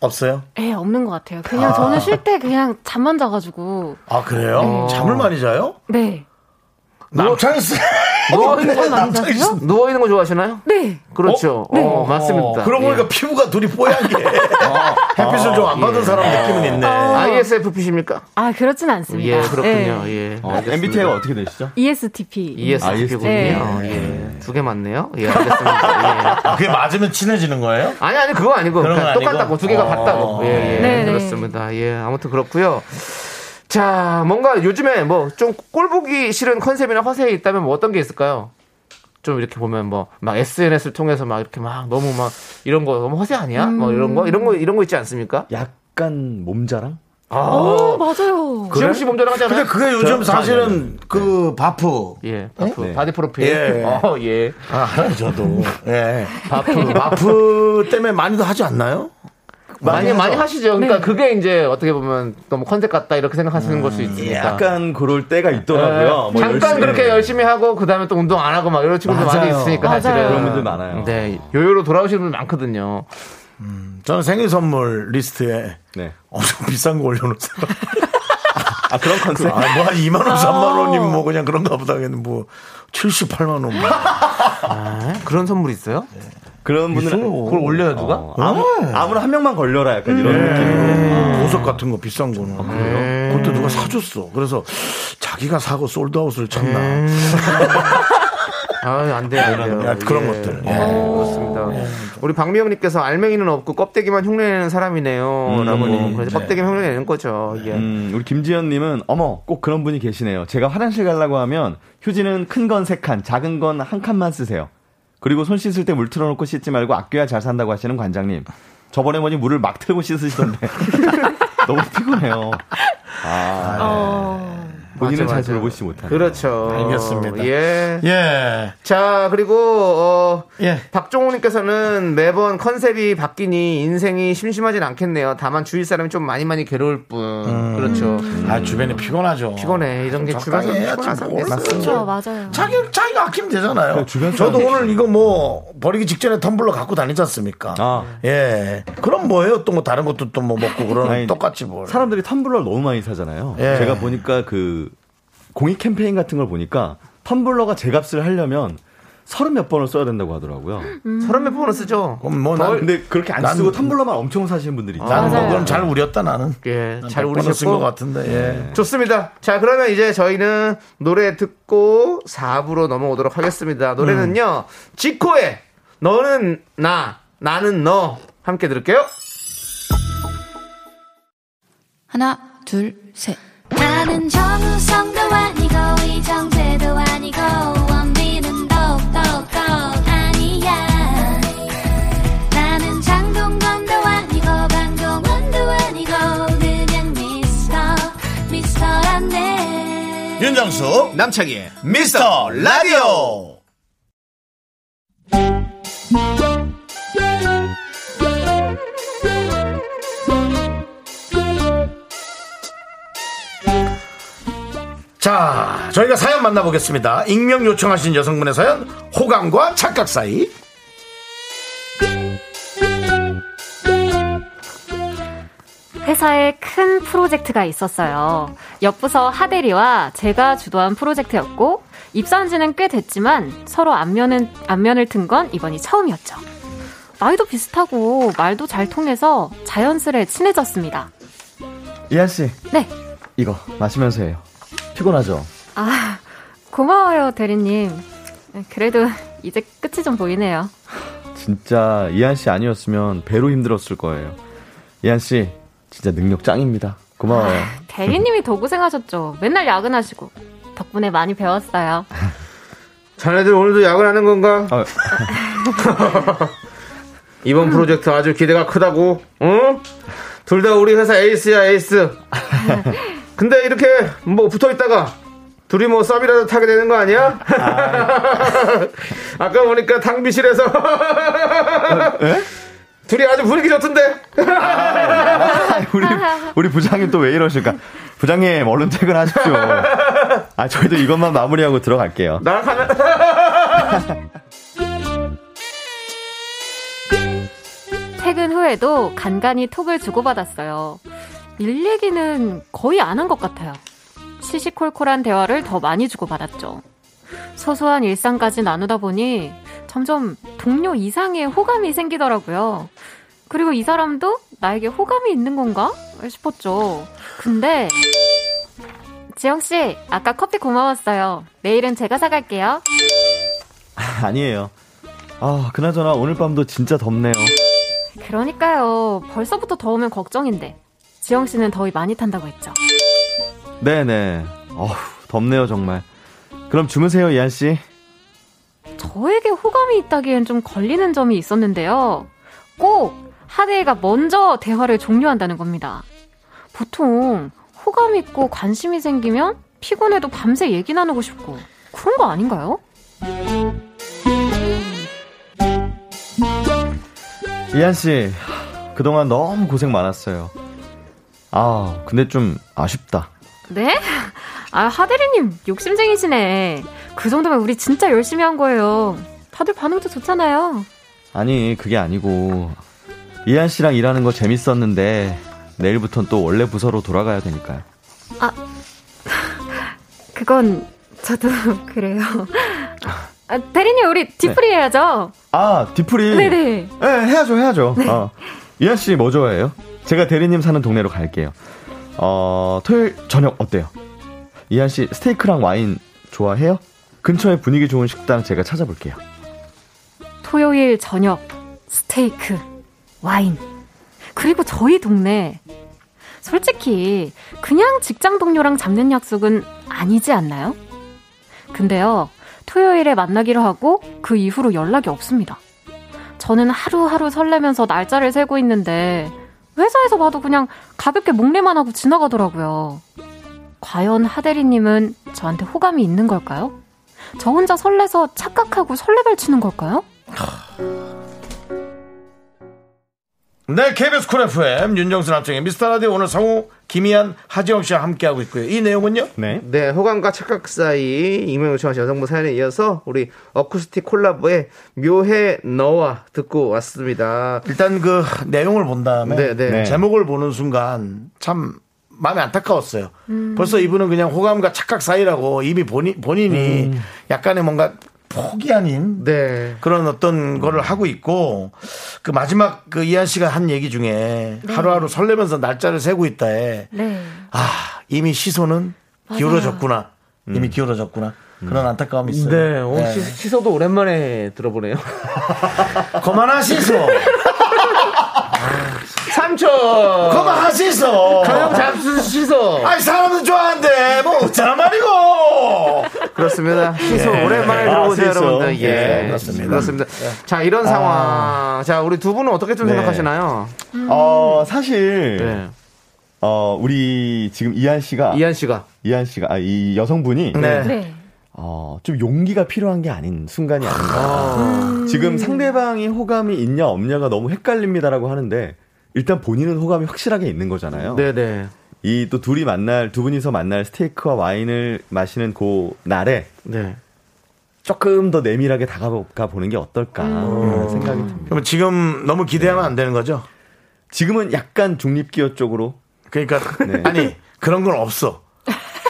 A: 없어요?
H: 에 없는 것 같아요. 그냥 저는 쉴 때 그냥 잠만 자가지고
A: 아 그래요?
B: 어.
A: 잠을 많이 자요?
H: 네.
A: 남창희 씨
B: 누워 있는
H: 잠을
B: 뭐, 거
H: 많이 자세요?
B: 누워 있는 거 좋아하시나요?
H: 네.
B: 그렇죠. 어, 맞습니다.
A: 그러고
B: 예. 어. 예.
A: 보니까 피부가 둘이 뽀얀 게 햇빛을 좀 안 받은 사람 느낌은 있네.
B: 아. ISFP십니까?
H: 아 그렇진 않습니다.
B: 예, 그렇군요.
H: 네. E
B: 예.
I: 어, MBTI가 어떻게 되시죠?
H: ESTP.
B: ESFP군요.
H: 네.
B: 예. 두 개 맞네요. 예, 알겠습니다. 예.
A: 아, 그게 맞으면 친해지는 거예요?
B: 아니 아니 그거 아니고
A: 그런 건
B: 그러니까
A: 아니고?
B: 똑같다고 두 개가
A: 어.
B: 같다고. 예, 예.
H: 네, 네.
B: 그렇습니다. 예, 아무튼 그렇고요. 자, 뭔가 요즘에 뭐 좀 꼴보기 싫은 컨셉이나 화색이 있다면 뭐 어떤 게 있을까요? 좀 이렇게 보면 뭐 막 SNS를 통해서 막 이렇게 막 너무 막 이런 거 너무 허세 아니야?
H: 음.
B: 뭐 이런 거 이런 거 이런 거 있지 않습니까?
I: 약간 몸자랑?
H: 어
B: 아,
H: 맞아요.
B: 지영 씨 몸자랑 하잖아요.
A: 근데 그게 요즘
I: 저-
B: 네.
A: 사실은 그 바프
B: 예, 바프,
I: 네.
B: 바디 프로필.
A: 예.
B: 어, 예.
A: 아 알아요 저도 예
H: 네.
A: 바프 바프 때문에 많이도 하지 않나요?
B: 많이 많이 하시죠.
H: 네.
B: 그러니까 그게 이제 어떻게 보면 너무 컨셉 같다 이렇게 생각하시는 걸 수 있으니까.
I: 약간 그럴 때가
B: 예.
I: 있더라고요. 뭐
B: 잠깐
I: 열심히
B: 그렇게 열심히 하고 그 다음에 또 운동 안 하고 막 이런 친구들 많이
A: 맞아요.
B: 있으니까
H: 맞아요.
B: 사실은
I: 그런 분들 많아요.
B: 네, 요요로 돌아오시는 분들 많거든요.
A: 저는 생일 선물 리스트에
I: 네.
A: 엄청 비싼 거 올려놓잖아.
I: 아 그런
B: 네.
I: 컨셉.
A: 아, 뭐한 2만 원, 3만 원이면 뭐 그냥 그런가 보다. 근데 뭐 78만 원. 뭐.
B: 그런 선물 있어요?
I: 그런 분들은
B: 그걸 올려요 누가?
I: 어, 아무 아무나 음. 네. 한 명만 걸려라 약간 이런
B: 네.
A: 보석 같은 거 비싼
B: 아,
A: 거는. 네. 그것도 누가 사줬어. 그래서 자기가 사고 솔드아웃을 쳤나.
B: 네. 아안 돼요. 안 돼요.
A: 야, 그런
B: 예.
A: 것들.
B: 예, 그렇습니다.
I: 네.
B: 우리 박미영님께서 알맹이는 없고 껍데기만 흉내내는 사람이네요. 라고
I: 뭐,
B: 그래서 껍데기만 흉내내는 거죠. 예.
I: 음, 우리 김지현님은 어머 꼭 그런 분이 계시네요. 제가 화장실 가려고 하면 휴지는 큰 건 세 칸, 작은 건 한 칸만 쓰세요. 그리고 손 씻을 때 물 틀어놓고 씻지 말고 아껴야 잘 산다고 하시는 관장님. 저번에 뭐니 물을 막 틀고 씻으시던데 너무 피곤해요. 아,
H: 어.
I: 본인은
B: 맞아,
I: 잘 돌보시지 못하는.
B: 그렇죠.
A: 알겠습니다.
B: 예.
A: 예.
B: 자, 그리고, 어,
A: 예.
B: 박종호님께서는 매번 컨셉이 바뀌니 인생이 심심하진 않겠네요. 다만 주위 사람이 좀 많이 많이 괴로울 뿐. 그렇죠.
A: 아, 주변이 피곤하죠.
B: 피곤해. 이런 게 주변에서
A: 적당히 해야
B: 피곤하죠. 네,
A: 좀 뭐, 맞습니다.
H: 그렇죠, 맞아요.
A: 자기, 자기가 아끼면 되잖아요.
I: 네, 주변
A: 저도
I: 사람들.
A: 오늘 이거 뭐, 버리기 직전에 텀블러 갖고 다니지 않습니까?
I: 아.
A: 예. 그럼 뭐예요? 또 뭐 다른 것도 또 뭐 먹고 그러는
I: 아니,
A: 똑같이 뭘.
I: 사람들이 텀블러를 너무 많이 사잖아요.
A: 예.
I: 제가 보니까 그 공익 캠페인 같은 걸 보니까 텀블러가 제 값을 하려면 서른 몇 번을 써야 된다고 하더라고요.
A: 뭐.
B: 서른 몇 번은 쓰죠.
A: 그럼 뭐 난,
I: 근데 그렇게 안
A: 난-
I: 쓰고 텀블러만 엄청 사시는 분들이 있죠.
A: 난뭐
H: 맞아요.
A: 그럼 잘 우렸다 나는.
B: 예,
A: 난
B: 잘
A: 백 번은 쓴것
B: 우리셨고.
A: 같은데,
I: 네.
A: 예.
B: 좋습니다. 자, 그러면 이제 저희는 노래 듣고 4부로 넘어오도록 하겠습니다. 노래는요, 지코의 너는 나, 나는 너. 함께 들을게요.
J: 하나, 둘, 셋.
D: 나는 정우성도 아니고 이정재도 아니고 원빈은 더욱더 아니야 나는 장동건도 아니고 방종원도 아니고 그냥 미스터 미스터란데
A: 윤정수, 남창희, 미스터 라디오! 자, 저희가 사연 만나보겠습니다. 익명 요청하신 여성분의 사연, 호감과 착각 사이.
H: 회사에 큰 프로젝트가 있었어요. 옆부서 하대리와 제가 주도한 프로젝트였고 입사한 지는 꽤 됐지만 서로 안면은 안면을 튼 건 이번이 처음이었죠. 나이도 비슷하고 말도 잘 통해서 자연스레 친해졌습니다.
I: 이한 씨,
H: 네.
I: 이거 마시면서 해요. 피곤하죠?
H: 아, 고마워요, 대리님. 그래도 이제 끝이 좀 보이네요.
I: 진짜 이한 씨 아니었으면 배로 힘들었을 거예요. 이한 씨, 진짜 능력 짱입니다. 고마워요.
H: 대리님이 더 고생하셨죠. 맨날 야근하시고. 덕분에 많이 배웠어요.
B: 자네들 오늘도 야근하는 건가?
I: 아,
B: 이번 프로젝트 아주 기대가 크다고. 응? 둘 다 우리 회사 에이스야 에이스. 근데 이렇게 뭐 붙어 있다가 둘이 뭐 썸이라도 타게 되는 거 아니야? 아까 보니까 탕비실에서 둘이 아주 분위기 좋던데.
I: 우리 우리 부장님 또 왜 이러실까? 부장님 얼른 퇴근하십시오. 아 저희도 이것만 마무리하고 들어갈게요.
B: 나랑 가면
H: 퇴근 후에도 간간히 톡을 주고받았어요. 일 얘기는 거의 안 한 것 같아요. 시시콜콜한 대화를 더 많이 주고받았죠. 소소한 일상까지 나누다 보니 점점 동료 이상의 호감이 생기더라고요. 그리고 이 사람도 나에게 호감이 있는 건가? 싶었죠. 근데, 지영씨, 아까 커피 고마웠어요. 내일은 제가 사갈게요.
I: 아니에요. 아 그나저나 오늘 밤도 진짜 덥네요.
H: 그러니까요. 벌써부터 더우면 걱정인데. 지영씨는 더위 많이 탄다고 했죠.
I: 네네. 어우 덥네요 정말. 그럼 주무세요 이한 씨.
H: 저에게 호감이 있다기엔 좀 걸리는 점이 있었는데요. 꼭 하대가 먼저 대화를 종료한다는 겁니다. 보통 호감 있고 관심이 생기면 피곤해도 밤새 얘기 나누고 싶고 그런 거 아닌가요?
I: 이한 씨 그동안 너무 고생 많았어요. 아 근데 좀 아쉽다.
H: 네? 아, 하대리님 욕심쟁이시네. 그 정도면 우리 진짜 열심히 한 거예요. 다들 반응도 좋잖아요.
I: 아니 그게 아니고 이한 씨랑 일하는 거 재밌었는데 내일부턴 또 원래 부서로 돌아가야 되니까요.
H: 그건 저도 그래요. 아, 대리님 우리 뒤풀이 해야죠.
I: 아 디프리.
H: 네네. 네.
I: 예, 해야죠, 해야죠. 어. 이한 씨 뭐 좋아해요? 제가 대리님 사는 동네로 갈게요. 어, 토요일 저녁 어때요? 이한 씨 스테이크랑 와인 좋아해요? 근처에 분위기 좋은 식당 제가 찾아볼게요.
H: 토요일 저녁 스테이크 와인 그리고 저희 동네 솔직히 그냥 직장 동료랑 잡는 약속은 아니지 않나요? 근데요 토요일에 만나기로 하고 그 이후로 연락이 없습니다. 저는 하루하루 설레면서 날짜를 세고 있는데 회사에서 봐도 그냥 가볍게 목례만 하고 지나가더라고요. 과연 하대리님은 저한테 호감이 있는 걸까요? 저 혼자 설레서 착각하고 설레발 치는 걸까요?
A: 네, KBS 쿨 FM 윤정수 남청의 미스터 라디오 오늘 성우 김희한 하지영 씨와 함께하고 있고요. 이 내용은요?
I: 네.
B: 네, 호감과 착각 사이 익명 요청하신 여성분 사연에 이어서 우리 어쿠스틱 콜라보의 묘해 너와 듣고 왔습니다.
A: 일단 그 내용을 본 다음에
B: 네, 네.
A: 제목을 보는 순간 참 마음이 안타까웠어요. 벌써 이분은 그냥 호감과 착각 사이라고 이미 본인, 본인이
B: 음.
A: 약간의 뭔가 포기 아닌
B: 네.
A: 그런 어떤 거를 하고 있고 그 마지막 그 이한 씨가 한 얘기 중에
B: 네.
A: 하루하루 설레면서 날짜를 세고 있다에
H: 네.
A: 아 이미 시선은 기울어졌구나 이미 기울어졌구나 그런 안타까움이 있어요.
B: 음. 네, 어, 시, 시서도 오랜만에 들어보네요.
A: 그만하시소.
B: 삼촌!
A: 그만하시소.
B: 가영 잡수 시서!
A: 아니 사람은 좋아하는데 뭐 어쩌란 말이고.
B: 그렇습니다. 시소
A: 예.
B: 오랜만에 들어보세요,
I: 아, 시소.
B: 여러분들. 예.
A: 네, 그렇습니다. 네. 아.
B: 자, 이런 상황. 자, 우리 두 분은 어떻게 좀
I: 네.
B: 생각하시나요?
I: 어,
A: 예.
I: 사실,
B: 네.
I: 어, 우리 지금 이한 씨가, 이한,
B: 이한 씨가.
I: 씨가, 아, 이 여성분이,
H: 네.
I: 어, 좀 용기가 필요한 게 아닌 순간이 아닌가.
B: 어.
I: 지금 상대방이 호감이 있냐, 없냐가 너무 헷갈립니다라고 하는데, 일단 본인은 호감이 확실하게 있는 거잖아요.
B: 네네.
I: 이 또 둘이 만날, 두 분이서 만날 스테이크와 와인을 마시는 그 날에
B: 네.
I: 조금 더 내밀하게 다가가 보는 게 어떨까
A: 음.
I: 이런 생각이 듭니다.
A: 그럼 지금 너무 기대하면 안 되는 거죠?
I: 지금은 약간 중립기어 쪽으로
A: 그러니까
B: 네.
A: 아니 그런 건 없어.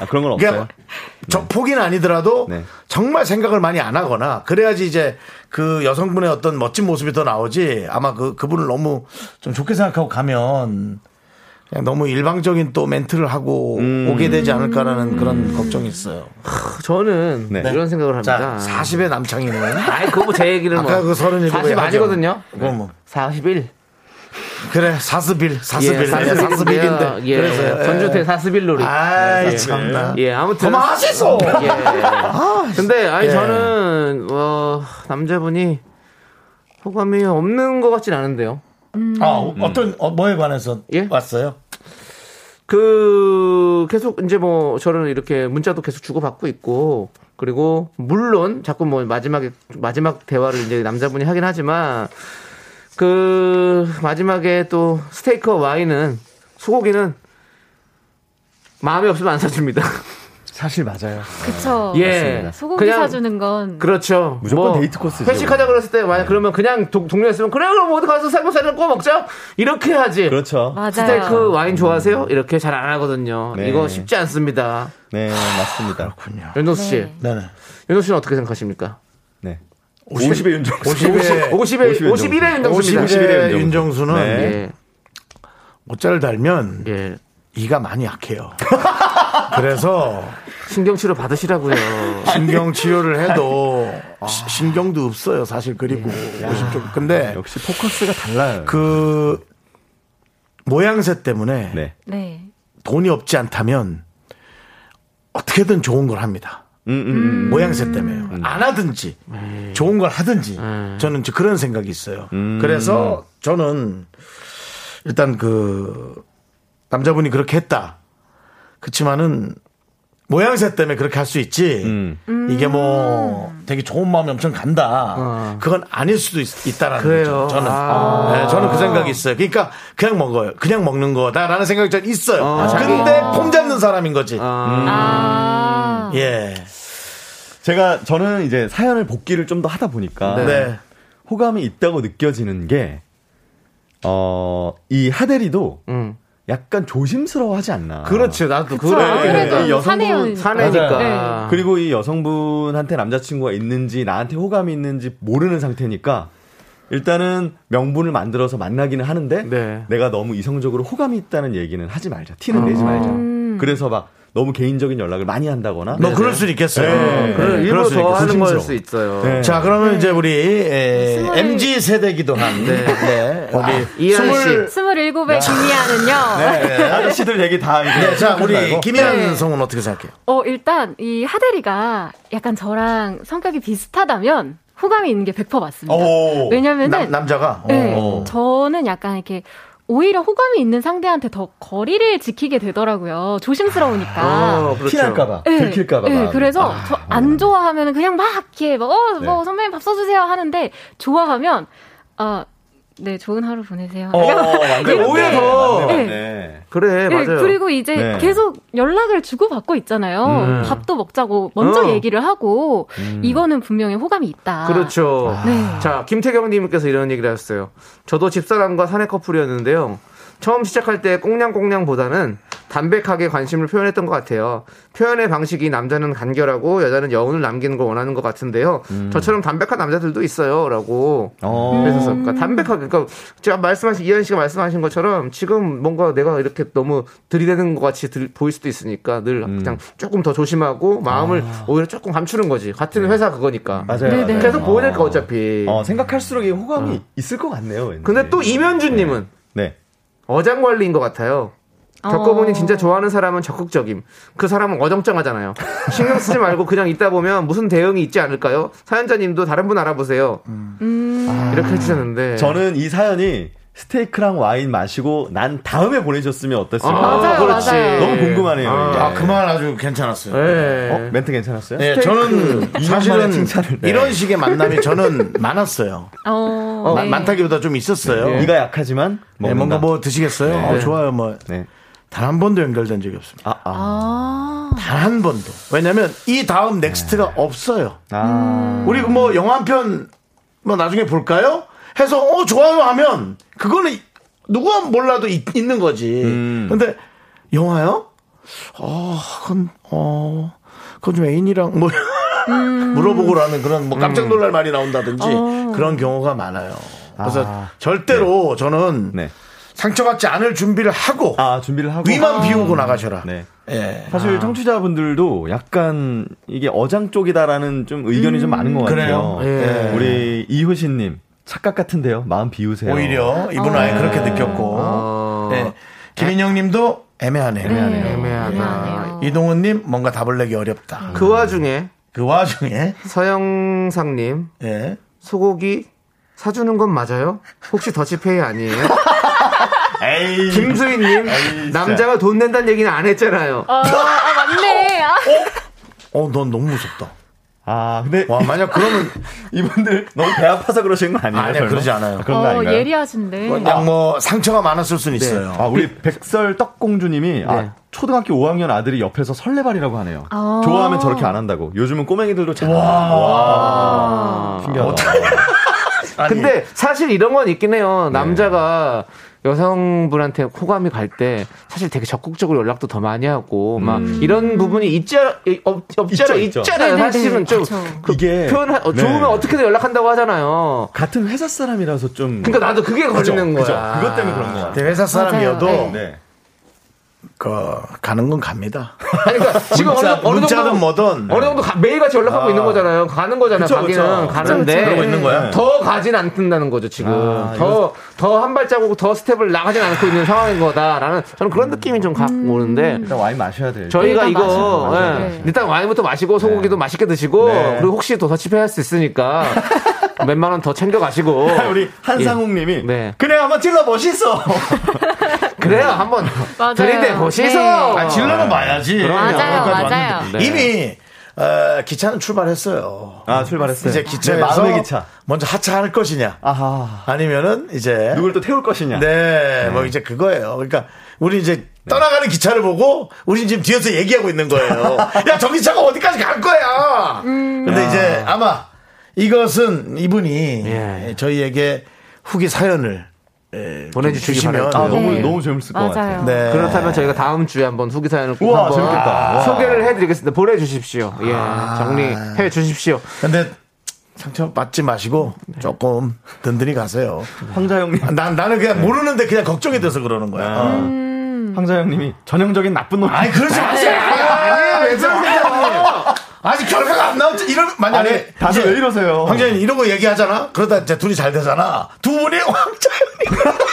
I: 아, 그런 건 없어요.
A: 그러니까
B: 네.
A: 저 폭인 아니더라도
I: 네.
A: 정말 생각을 많이 안 하거나 그래야지 이제 그 여성분의 어떤 멋진 모습이 더 나오지 아마 그 그분을 너무 좀 좋게 생각하고 가면 그냥 너무 일방적인 또 멘트를 하고
I: 음.
A: 오게 되지 않을까라는 그런 걱정이 있어요.
B: 저는
I: 네.
B: 이런 생각을
A: 자,
B: 합니다.
A: 40의 남창이는
B: 아니, 그거 제 얘기를 뭐.
A: 아까 그 37에
B: 40 아니거든요.
A: 그거 뭐
B: 41.
A: 그래 사스빌 사스빌
B: 예,
A: 예, 사스빌인데
B: 예,
A: 그래서, 예.
B: 전주태 사스빌 놀이.
A: 아이
B: 예.
A: 참나
B: 예, 아무튼.
A: 그만하시소
B: 예. 근데 아니
A: 예.
B: 저는 어, 남자분이 호감이 없는 것 같진 않은데요.
A: 아
I: 음.
A: 어떤 어, 뭐에 관해서
B: 예?
A: 왔어요
B: 그 계속 이제 뭐 저는 이렇게 문자도 계속 주고받고 있고 그리고 물론 자꾸 뭐 마지막에 마지막 대화를 이제 남자분이 하긴 하지만 그 마지막에 또 스테이크와 와인은 소고기는 마음이 없으면 안 사줍니다.
I: 사실 맞아요.
H: 그쵸.
B: 예.
H: 소고기
B: 그냥
H: 사주는 건.
B: 그렇죠.
I: 무조건 데이트 코스죠.
B: 회식하자 그랬을 때 만약 그러면 그냥 동, 동료였으면 그래 그럼 어디 가서 삼겹살을 구워 먹자 이렇게 하지.
I: 그렇죠. 음.
H: 맞아요.
B: 스테이크 와인 좋아하세요? 이렇게 잘 안 하거든요.
I: 네.
B: 이거 쉽지 않습니다.
I: 네, 맞습니다.
B: 윤호수 씨,
H: 네.
A: 네네
B: 윤호수 씨는 어떻게 생각하십니까?
I: 네. 50의 윤정수.
A: 50에
B: 50에
I: 51에
B: 51에 윤정수입니다.
I: 51에
A: 51의
I: 윤정수.
A: 윤정수는
I: 네.
B: 예,
A: 옷자를 달면
B: 예.
A: 이가 많이 약해요 그래서
B: 신경 치료 받으시라고요.
A: 신경 치료를 해도
I: 아.
A: 시- 신경도 없어요 사실 그리고 50쪽 근데
I: 예. 역시 포커스가 달라요.
A: 그 모양새 때문에
I: 네.
H: 네.
A: 돈이 없지 않다면 어떻게든 좋은 걸 합니다.
I: 음, 음,
A: 모양새 때문에요. 안 하든지
B: 음.
A: 좋은 걸 하든지 저는 이제 그런 생각이 있어요.
I: 음.
A: 그래서 저는 일단 그 남자분이 그렇게 했다. 그렇지만은 모양새 때문에 그렇게 할 수 있지.
I: 음.
A: 이게 뭐 되게 좋은 마음이 엄청 간다. 그건 아닐 수도 있, 다라는
B: 어. 그래요.
A: 거죠. 저는
B: 아.
A: 네, 저는 그 생각이 있어요. 그러니까 그냥 먹어요. 그냥 먹는 거다라는 생각이 전 있어요.
B: 아, 자기-
A: 근데 폼 잡는 사람인 거지.
B: 아,
H: 아.
A: 예.
I: 제가 저는 이제 사연을 복기를 좀 더 하다 보니까
A: 네.
I: 호감이 있다고 느껴지는 게 어, 이 하대리도
B: 음.
I: 약간 조심스러워하지 않나.
B: 그렇죠. 나도
H: 저
B: 그래.
I: 이
H: 아무래도
I: 여성분
H: 사내연. 네.
B: 사내니까.
I: 그리고 이 여성분한테 남자친구가 있는지 나한테 호감이 있는지 모르는 상태니까 일단은 명분을 만들어서 만나기는 하는데
B: 네.
I: 내가 너무 이성적으로 호감이 있다는 얘기는 하지 말자 티는 내지
A: 음.
I: 말자 그래서 막 너무 개인적인 연락을 많이 한다거나
A: 뭐 그럴 수 있겠어요.
I: 네.
A: 그럴-
I: 네.
A: 그럴
B: 일부러
A: 수
B: 더
A: 있겠어요.
B: 하는 걸
I: 조심스러워.
B: 수 있어요.
I: 네.
A: 자, 그러면 이제 우리 에,
H: 스물-
A: MG 세대기도 한 네. 우리
B: 아, 이한
A: 스물-
B: 씨.
H: 27의 김희아는요.
I: 네, 아저씨들 얘기 다 이제
A: 네, 자, 우리
I: 말고.
A: 김희한
H: 네.
A: 성은 어떻게 생각해요?
H: 어, 일단 이 하대리가 약간 저랑 성격이 비슷하다면
I: 어.
H: 호감이 있는 게 100% 맞습니다.
A: 오.
H: 왜냐면은
A: 남, 남자가
H: 어. 네,
A: 어.
H: 저는 약간 이렇게 오히려 호감이 있는 상대한테 더 거리를 지키게 되더라고요.
I: 아.
H: 조심스러울니까.
B: 어, 그렇죠.
I: 티날까봐,
H: 예,
I: 들킬까봐.
H: 예, 그래서
I: 아,
H: 저
B: 음.
H: 안 좋아하면 그냥 막 이렇게 막, 어, 뭐
I: 네.
H: 선배님 밥 써주세요 하는데 좋아하면 아, 네, 좋은 하루 보내세요.
I: 어, 맞네,
B: 그래,
I: 맞네,
B: 오히려 더.
I: 맞네, 맞네.
B: 그래
H: 예,
B: 맞아요.
H: 그리고 이제
I: 네.
H: 계속 연락을 주고받고 있잖아요.
B: 음.
H: 밥도 먹자고 먼저
B: 어.
H: 얘기를 하고 이거는 분명히 호감이
F: 아.
H: 있다.
B: 음. 그렇죠.
H: 네.
B: 자, 김태경님께서 이런 얘기를 하셨어요. 저도 집사람과 사내 커플이었는데요. 처음 시작할 때 꽁냥꽁냥보다는 담백하게 관심을 표현했던 것 같아요. 표현의 방식이 남자는 간결하고 여자는 여운을 남기는 걸 원하는 것 같은데요. 저처럼 담백한 남자들도 있어요라고.
I: 어.
H: 네.
B: 그래서 그러니까 담백하게 그러니까 제가 말씀하신 이현 씨가 말씀하신 것처럼 지금 뭔가 내가 이렇게 너무 들이대는 것 같이 들- 보일 수도 있으니까 늘 그냥 조금 더 조심하고 마음을 오히려 조금 감추는 거지. 같은 회사 그거니까.
I: 맞아요.
H: 네, 네.
I: 맞아요.
B: 계속 보여낼까
I: 어.
B: 어차피.
I: 어, 생각할수록 이 호감이 있을 것 같네요. 왠지.
B: 근데 또 이면주님은
I: 네.
B: 어장관리인 것 같아요. 겪어보니 진짜 좋아하는 사람은 적극적임. 그 사람은 어정쩡하잖아요. 신경 쓰지 말고 그냥 있다 보면 무슨 대응이 있지 않을까요? 사연자님도 다른 분 알아보세요. 이렇게 해주셨는데.
I: 저는 이 사연이 스테이크랑 와인 마시고 난 다음에 보내셨으면
B: 아,
I: 어땠을까?
H: 맞아요,
B: 그렇지.
H: 맞아요.
I: 너무 궁금하네요. 이게.
A: 아, 그만 아주 괜찮았어요.
B: 예.
I: 어, 멘트 괜찮았어요?
A: 네, 저는
I: 이년 만에
A: 사실은
I: 칭찬을. 네.
A: 이런 식의 만남이 저는 많았어요.
H: 어,
A: 마-
H: 네.
A: 많다기보다 좀 있었어요.
I: 네. 네가 약하지만
A: 네,
I: 먹는다.
A: 뭔가 뭐 드시겠어요? 어, 좋아요. 뭐.
I: 네.
A: 단 한 번도 연결된 적이 없습니다.
I: 아, 아.
H: 아,
A: 단 한 번도. 왜냐면 이 다음 넥스트가 없어요.
I: 네. 아.
A: 우리 그뭐 영화 한 편 뭐 나중에 볼까요? 해서 어 좋아요 하면 그거는 누가 몰라도 있, 는 거지.
I: 음.
A: 근데 영화요? 어 그건 어 그건 좀 애인이랑 뭐 물어보고라는 그런 뭐 깜짝
I: 음.
A: 놀랄 말이 나온다든지 그런 경우가 많아요. 그래서 절대로 저는
I: 네.
A: 상처받지 않을 준비를 하고
I: 아, 준비를 하고.
A: 위만 비우고 나가셔라.
I: 네.
A: 예.
I: 사실 청취자분들도 약간 이게 어장 쪽이다라는 좀 의견이 좀 많은 것 같아요.
A: 음, 그래요? 예.
I: 그렇죠. 네, 우리 이효신님 착각 같은데요. 마음 비우세요.
A: 네. 오히려 이분 아예 그렇게 느꼈고.
I: 아.
A: 네. 김인영님도 애매하네요.
B: 어, 애매하다.
A: 이동훈님 뭔가 답을 내기
I: 네.
A: 어렵다.
B: 그 와중에
A: 그 와중에
B: 서영상님
A: 예.
B: 소고기 사주는 건 맞아요? 혹시 더치페이 아니에요?
I: 에이.
B: 김수희님 남자가 돈 낸다는 얘기는 안 했잖아요.
H: 아, 아, 맞네. 아,
A: 어, 넌 너무 무섭다.
I: 아, 근데
A: 와, 만약 그러면
I: 이분들 너무 배 아파서 그러신 거 아니에요?
B: 네,
A: 아니야
I: 설마?
A: 그러지 않아요.
I: 아, 그런 거
H: 어,
I: 아닌가요?
H: 예리하신데.
A: 그냥 뭐 상처가 많았을 수는 있어요.
I: 아, 우리 백설 떡공주님이
B: 네.
I: 아, 초등학교 5학년 아들이 옆에서 설레발이라고 하네요.
H: 아.
I: 좋아하면 저렇게 안 한다고. 요즘은 꼬맹이들도 잘. 와. 아,
H: 어,
I: 신기하다.
A: 아니,
B: 근데 사실 이런 건 있긴 해요.
I: 네.
B: 남자가 여성분한테 호감이 갈 때 사실 되게 적극적으로 연락도 더 많이 하고 막 이런 부분이 있지 않- 없, 없지 않아
I: 음. 있죠, 있죠.
B: 있잖아요.
H: 네네네,
B: 사실은 좀
H: 그쵸.
B: 그
I: 이게-
B: 표현 어,
I: 네.
B: 좋으면 어떻게든 연락한다고 하잖아요.
I: 같은 회사 사람이라서 좀.
B: 그러니까 나도 그게
I: 그죠,
B: 걸리는
I: 그죠.
B: 거야.
I: 그것 때문에 그런 거 같아요.
A: 근데 회사 사람이어도
H: 맞아요.
I: 네.
A: 그 가는 건 갑니다.
B: 아니, 그러니까 지금
A: 문자,
B: 어느, 어느 정도
A: 문자든 뭐든
B: 어느 정도 가- 매일같이 연락하고 있는 거잖아요. 가는 거잖아요.
I: 그쵸,
B: 가기는
I: 그쵸.
B: 가는데
A: 그러고
I: 네.
A: 있는 거야.
B: 더 가진 않는다는 거죠. 지금
I: 아,
B: 더 더 한 발자국 더 스텝을 나가진 않고 있는 상황인 거다라는 저는 그런 느낌이 좀 갖고 오는데
I: 일단 와인 마셔야 돼요.
B: 저희가
H: 음. 일단
B: 이거
I: 마시고,
B: 예,
H: 네.
B: 일단 와인부터 마시고 소고기도 맛있게 드시고
I: 네.
B: 그리고 혹시 더 더치페이 할 수 있으니까 몇만 원 더 챙겨 가시고
I: 우리 한상욱 님이
A: 예.
B: 네.
I: 그래 한번 찔러 멋있어.
B: 그래야 한번
H: 맞아요.
B: 들이대 보시소.
H: 네. 아,
A: 질러는 봐야지.
H: 맞아요,
A: 여기까지
H: 맞아요.
A: 왔는데.
B: 네.
A: 이미 어, 기차는 출발했어요.
I: 아, 출발했어요.
A: 이제
I: 내
A: 기차에서
I: 마음의 기차.
A: 먼저 하차할 것이냐,
I: 아하.
A: 아니면은 이제
I: 누굴 또 태울 것이냐. 네.
A: 네, 뭐 이제 그거예요. 그러니까 우리 이제 떠나가는 기차를 보고 우리 지금 뒤에서 얘기하고 있는 거예요. 야, 저 기차가 어디까지 갈 거야.
I: 음.
A: 근데 이제 아마 이것은 이분이
B: 예.
A: 저희에게 후기 사연을 에,
B: 보내주시기
A: 좀 주시면 예.
B: 바랄게요.
I: 아, 너무
H: 네.
I: 너무 재밌을 것 같아요.
H: 맞아요.
A: 네.
B: 그렇다면 저희가 다음 주에 한번 후기 사연을 꼭
I: 우와,
B: 한번
I: 재밌겠다. 와.
B: 소개를 해드리겠습니다. 보내주십시오. 예, 정리해 주십시오.
A: 근데 상처 받지 마시고 조금 든든히 가세요.
I: 황자영님, 아.
A: 아, 난 나는 그냥 모르는데 그냥 걱정이 돼서 그러는 거야. 어.
I: 황자영님이 전형적인 나쁜 놈.
A: 아니 그러지 마세요. 아니 왜 그러세요? 아직 결과가 안 나왔지. 이런 만약에
I: 아니, 다들
A: 이제
I: 왜 이러세요?
A: 황자연이 이런 거 얘기하잖아. 그러다 이제 둘이 잘 되잖아. 두 분이 황자연이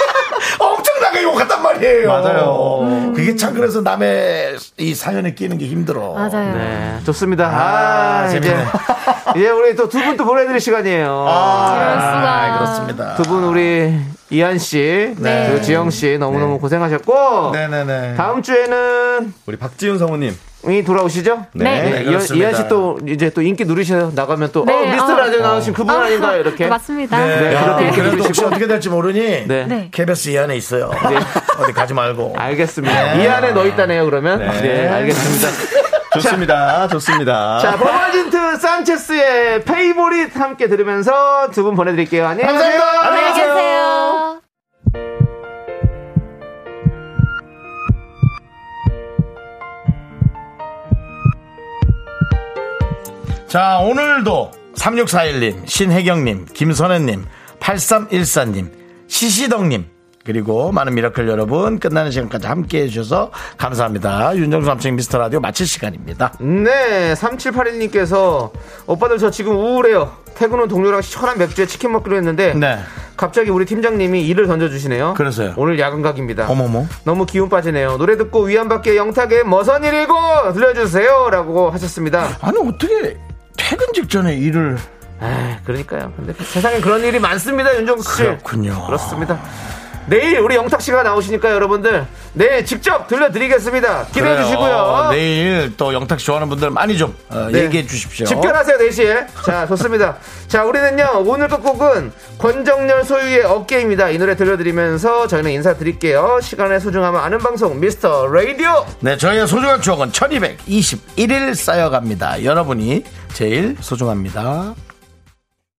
A: 엄청나게 욕했단 말이에요.
I: 맞아요.
A: 그게 참 그래서 남의 이 사연에 끼는 게 힘들어.
H: 맞아요.
B: 네, 좋습니다.
A: 아,
B: 아, 이제,
A: 재밌네. 아.
B: 이제 우리 또 두 분 또 보내드릴 시간이에요.
H: 그럴 수가.
A: 그렇습니다.
B: 두 분 우리 이한 씨,
A: 네.
B: 그리고 지영 씨 너무너무 고생하셨고
A: 네네네.
B: 다음 주에는
I: 우리 박지윤 성우님.
B: 이 돌아오시죠?
H: 네.
A: 네,
B: 이한,
A: 그렇습니다.
B: 씨 또 이제 또 인기 누리셔 나가면 또
H: 네,
B: 어, 미스터
H: 어.
B: 라디오 나오신 그분 아닌가 이렇게.
H: 맞습니다.
A: 네.
B: 네,
A: 야,
B: 그렇게
A: 그래도
B: 해주시고.
A: 혹시 어떻게 될지 모르니
B: 네.
H: 네.
A: KBS 이 안에 있어요. 어디 가지 말고.
B: 알겠습니다.
A: 네.
B: 이 안에 넣어 있다네요, 그러면. 네,
I: 네.
B: 알겠습니다.
I: 좋습니다. 좋습니다.
A: 아.
B: 자, 뭐, 버벌진트 산체스의 페이보릿 함께 들으면서 두 분 보내드릴게요. 안녕히 세요
H: 안녕히 계세요.
A: 자, 오늘도 3641님, 신혜경님, 김선혜님, 8314님, 시시덕님, 그리고 많은 미라클 여러분, 끝나는 시간까지 함께 해주셔서 감사합니다. 윤정수 남친 미스터 라디오 마칠 시간입니다.
B: 네, 3781님께서 오빠들 저 지금 우울해요. 퇴근 후 동료랑 시원한 맥주에 치킨 먹기로 했는데
A: 네.
B: 갑자기 우리 팀장님이 일을 던져주시네요.
A: 그래서요?
B: 오늘 야근각입니다.
A: 어머머.
B: 너무 기운 빠지네요. 노래 듣고 위안받게 영탁의 머선 일이고 들려주세요. 라고 하셨습니다.
A: 아니, 어떻게 퇴근 직전에 일을.
B: 아, 그러니까요. 근데 세상에 그런 일이 많습니다, 윤정수 씨.
A: 그렇군요.
B: 그렇습니다. 내일 우리 영탁 씨가 나오시니까 여러분들 내일 직접 들려드리겠습니다. 기대해
A: 그래요.
B: 주시고요.
A: 어, 내일 또 영탁 씨 좋아하는 분들 많이 좀 어,
B: 네.
A: 얘기해 주십시오.
B: 집결하세요 4시에 자 좋습니다 자 우리는요 오늘 끝곡은 권정열 소유의 어깨입니다 이 노래 들려드리면서 저희는 인사드릴게요 시간의 소중함을 아는 방송 미스터 라디오
A: 네, 저희의 소중한 추억은 1221일 쌓여갑니다. 여러분이 제일 소중합니다.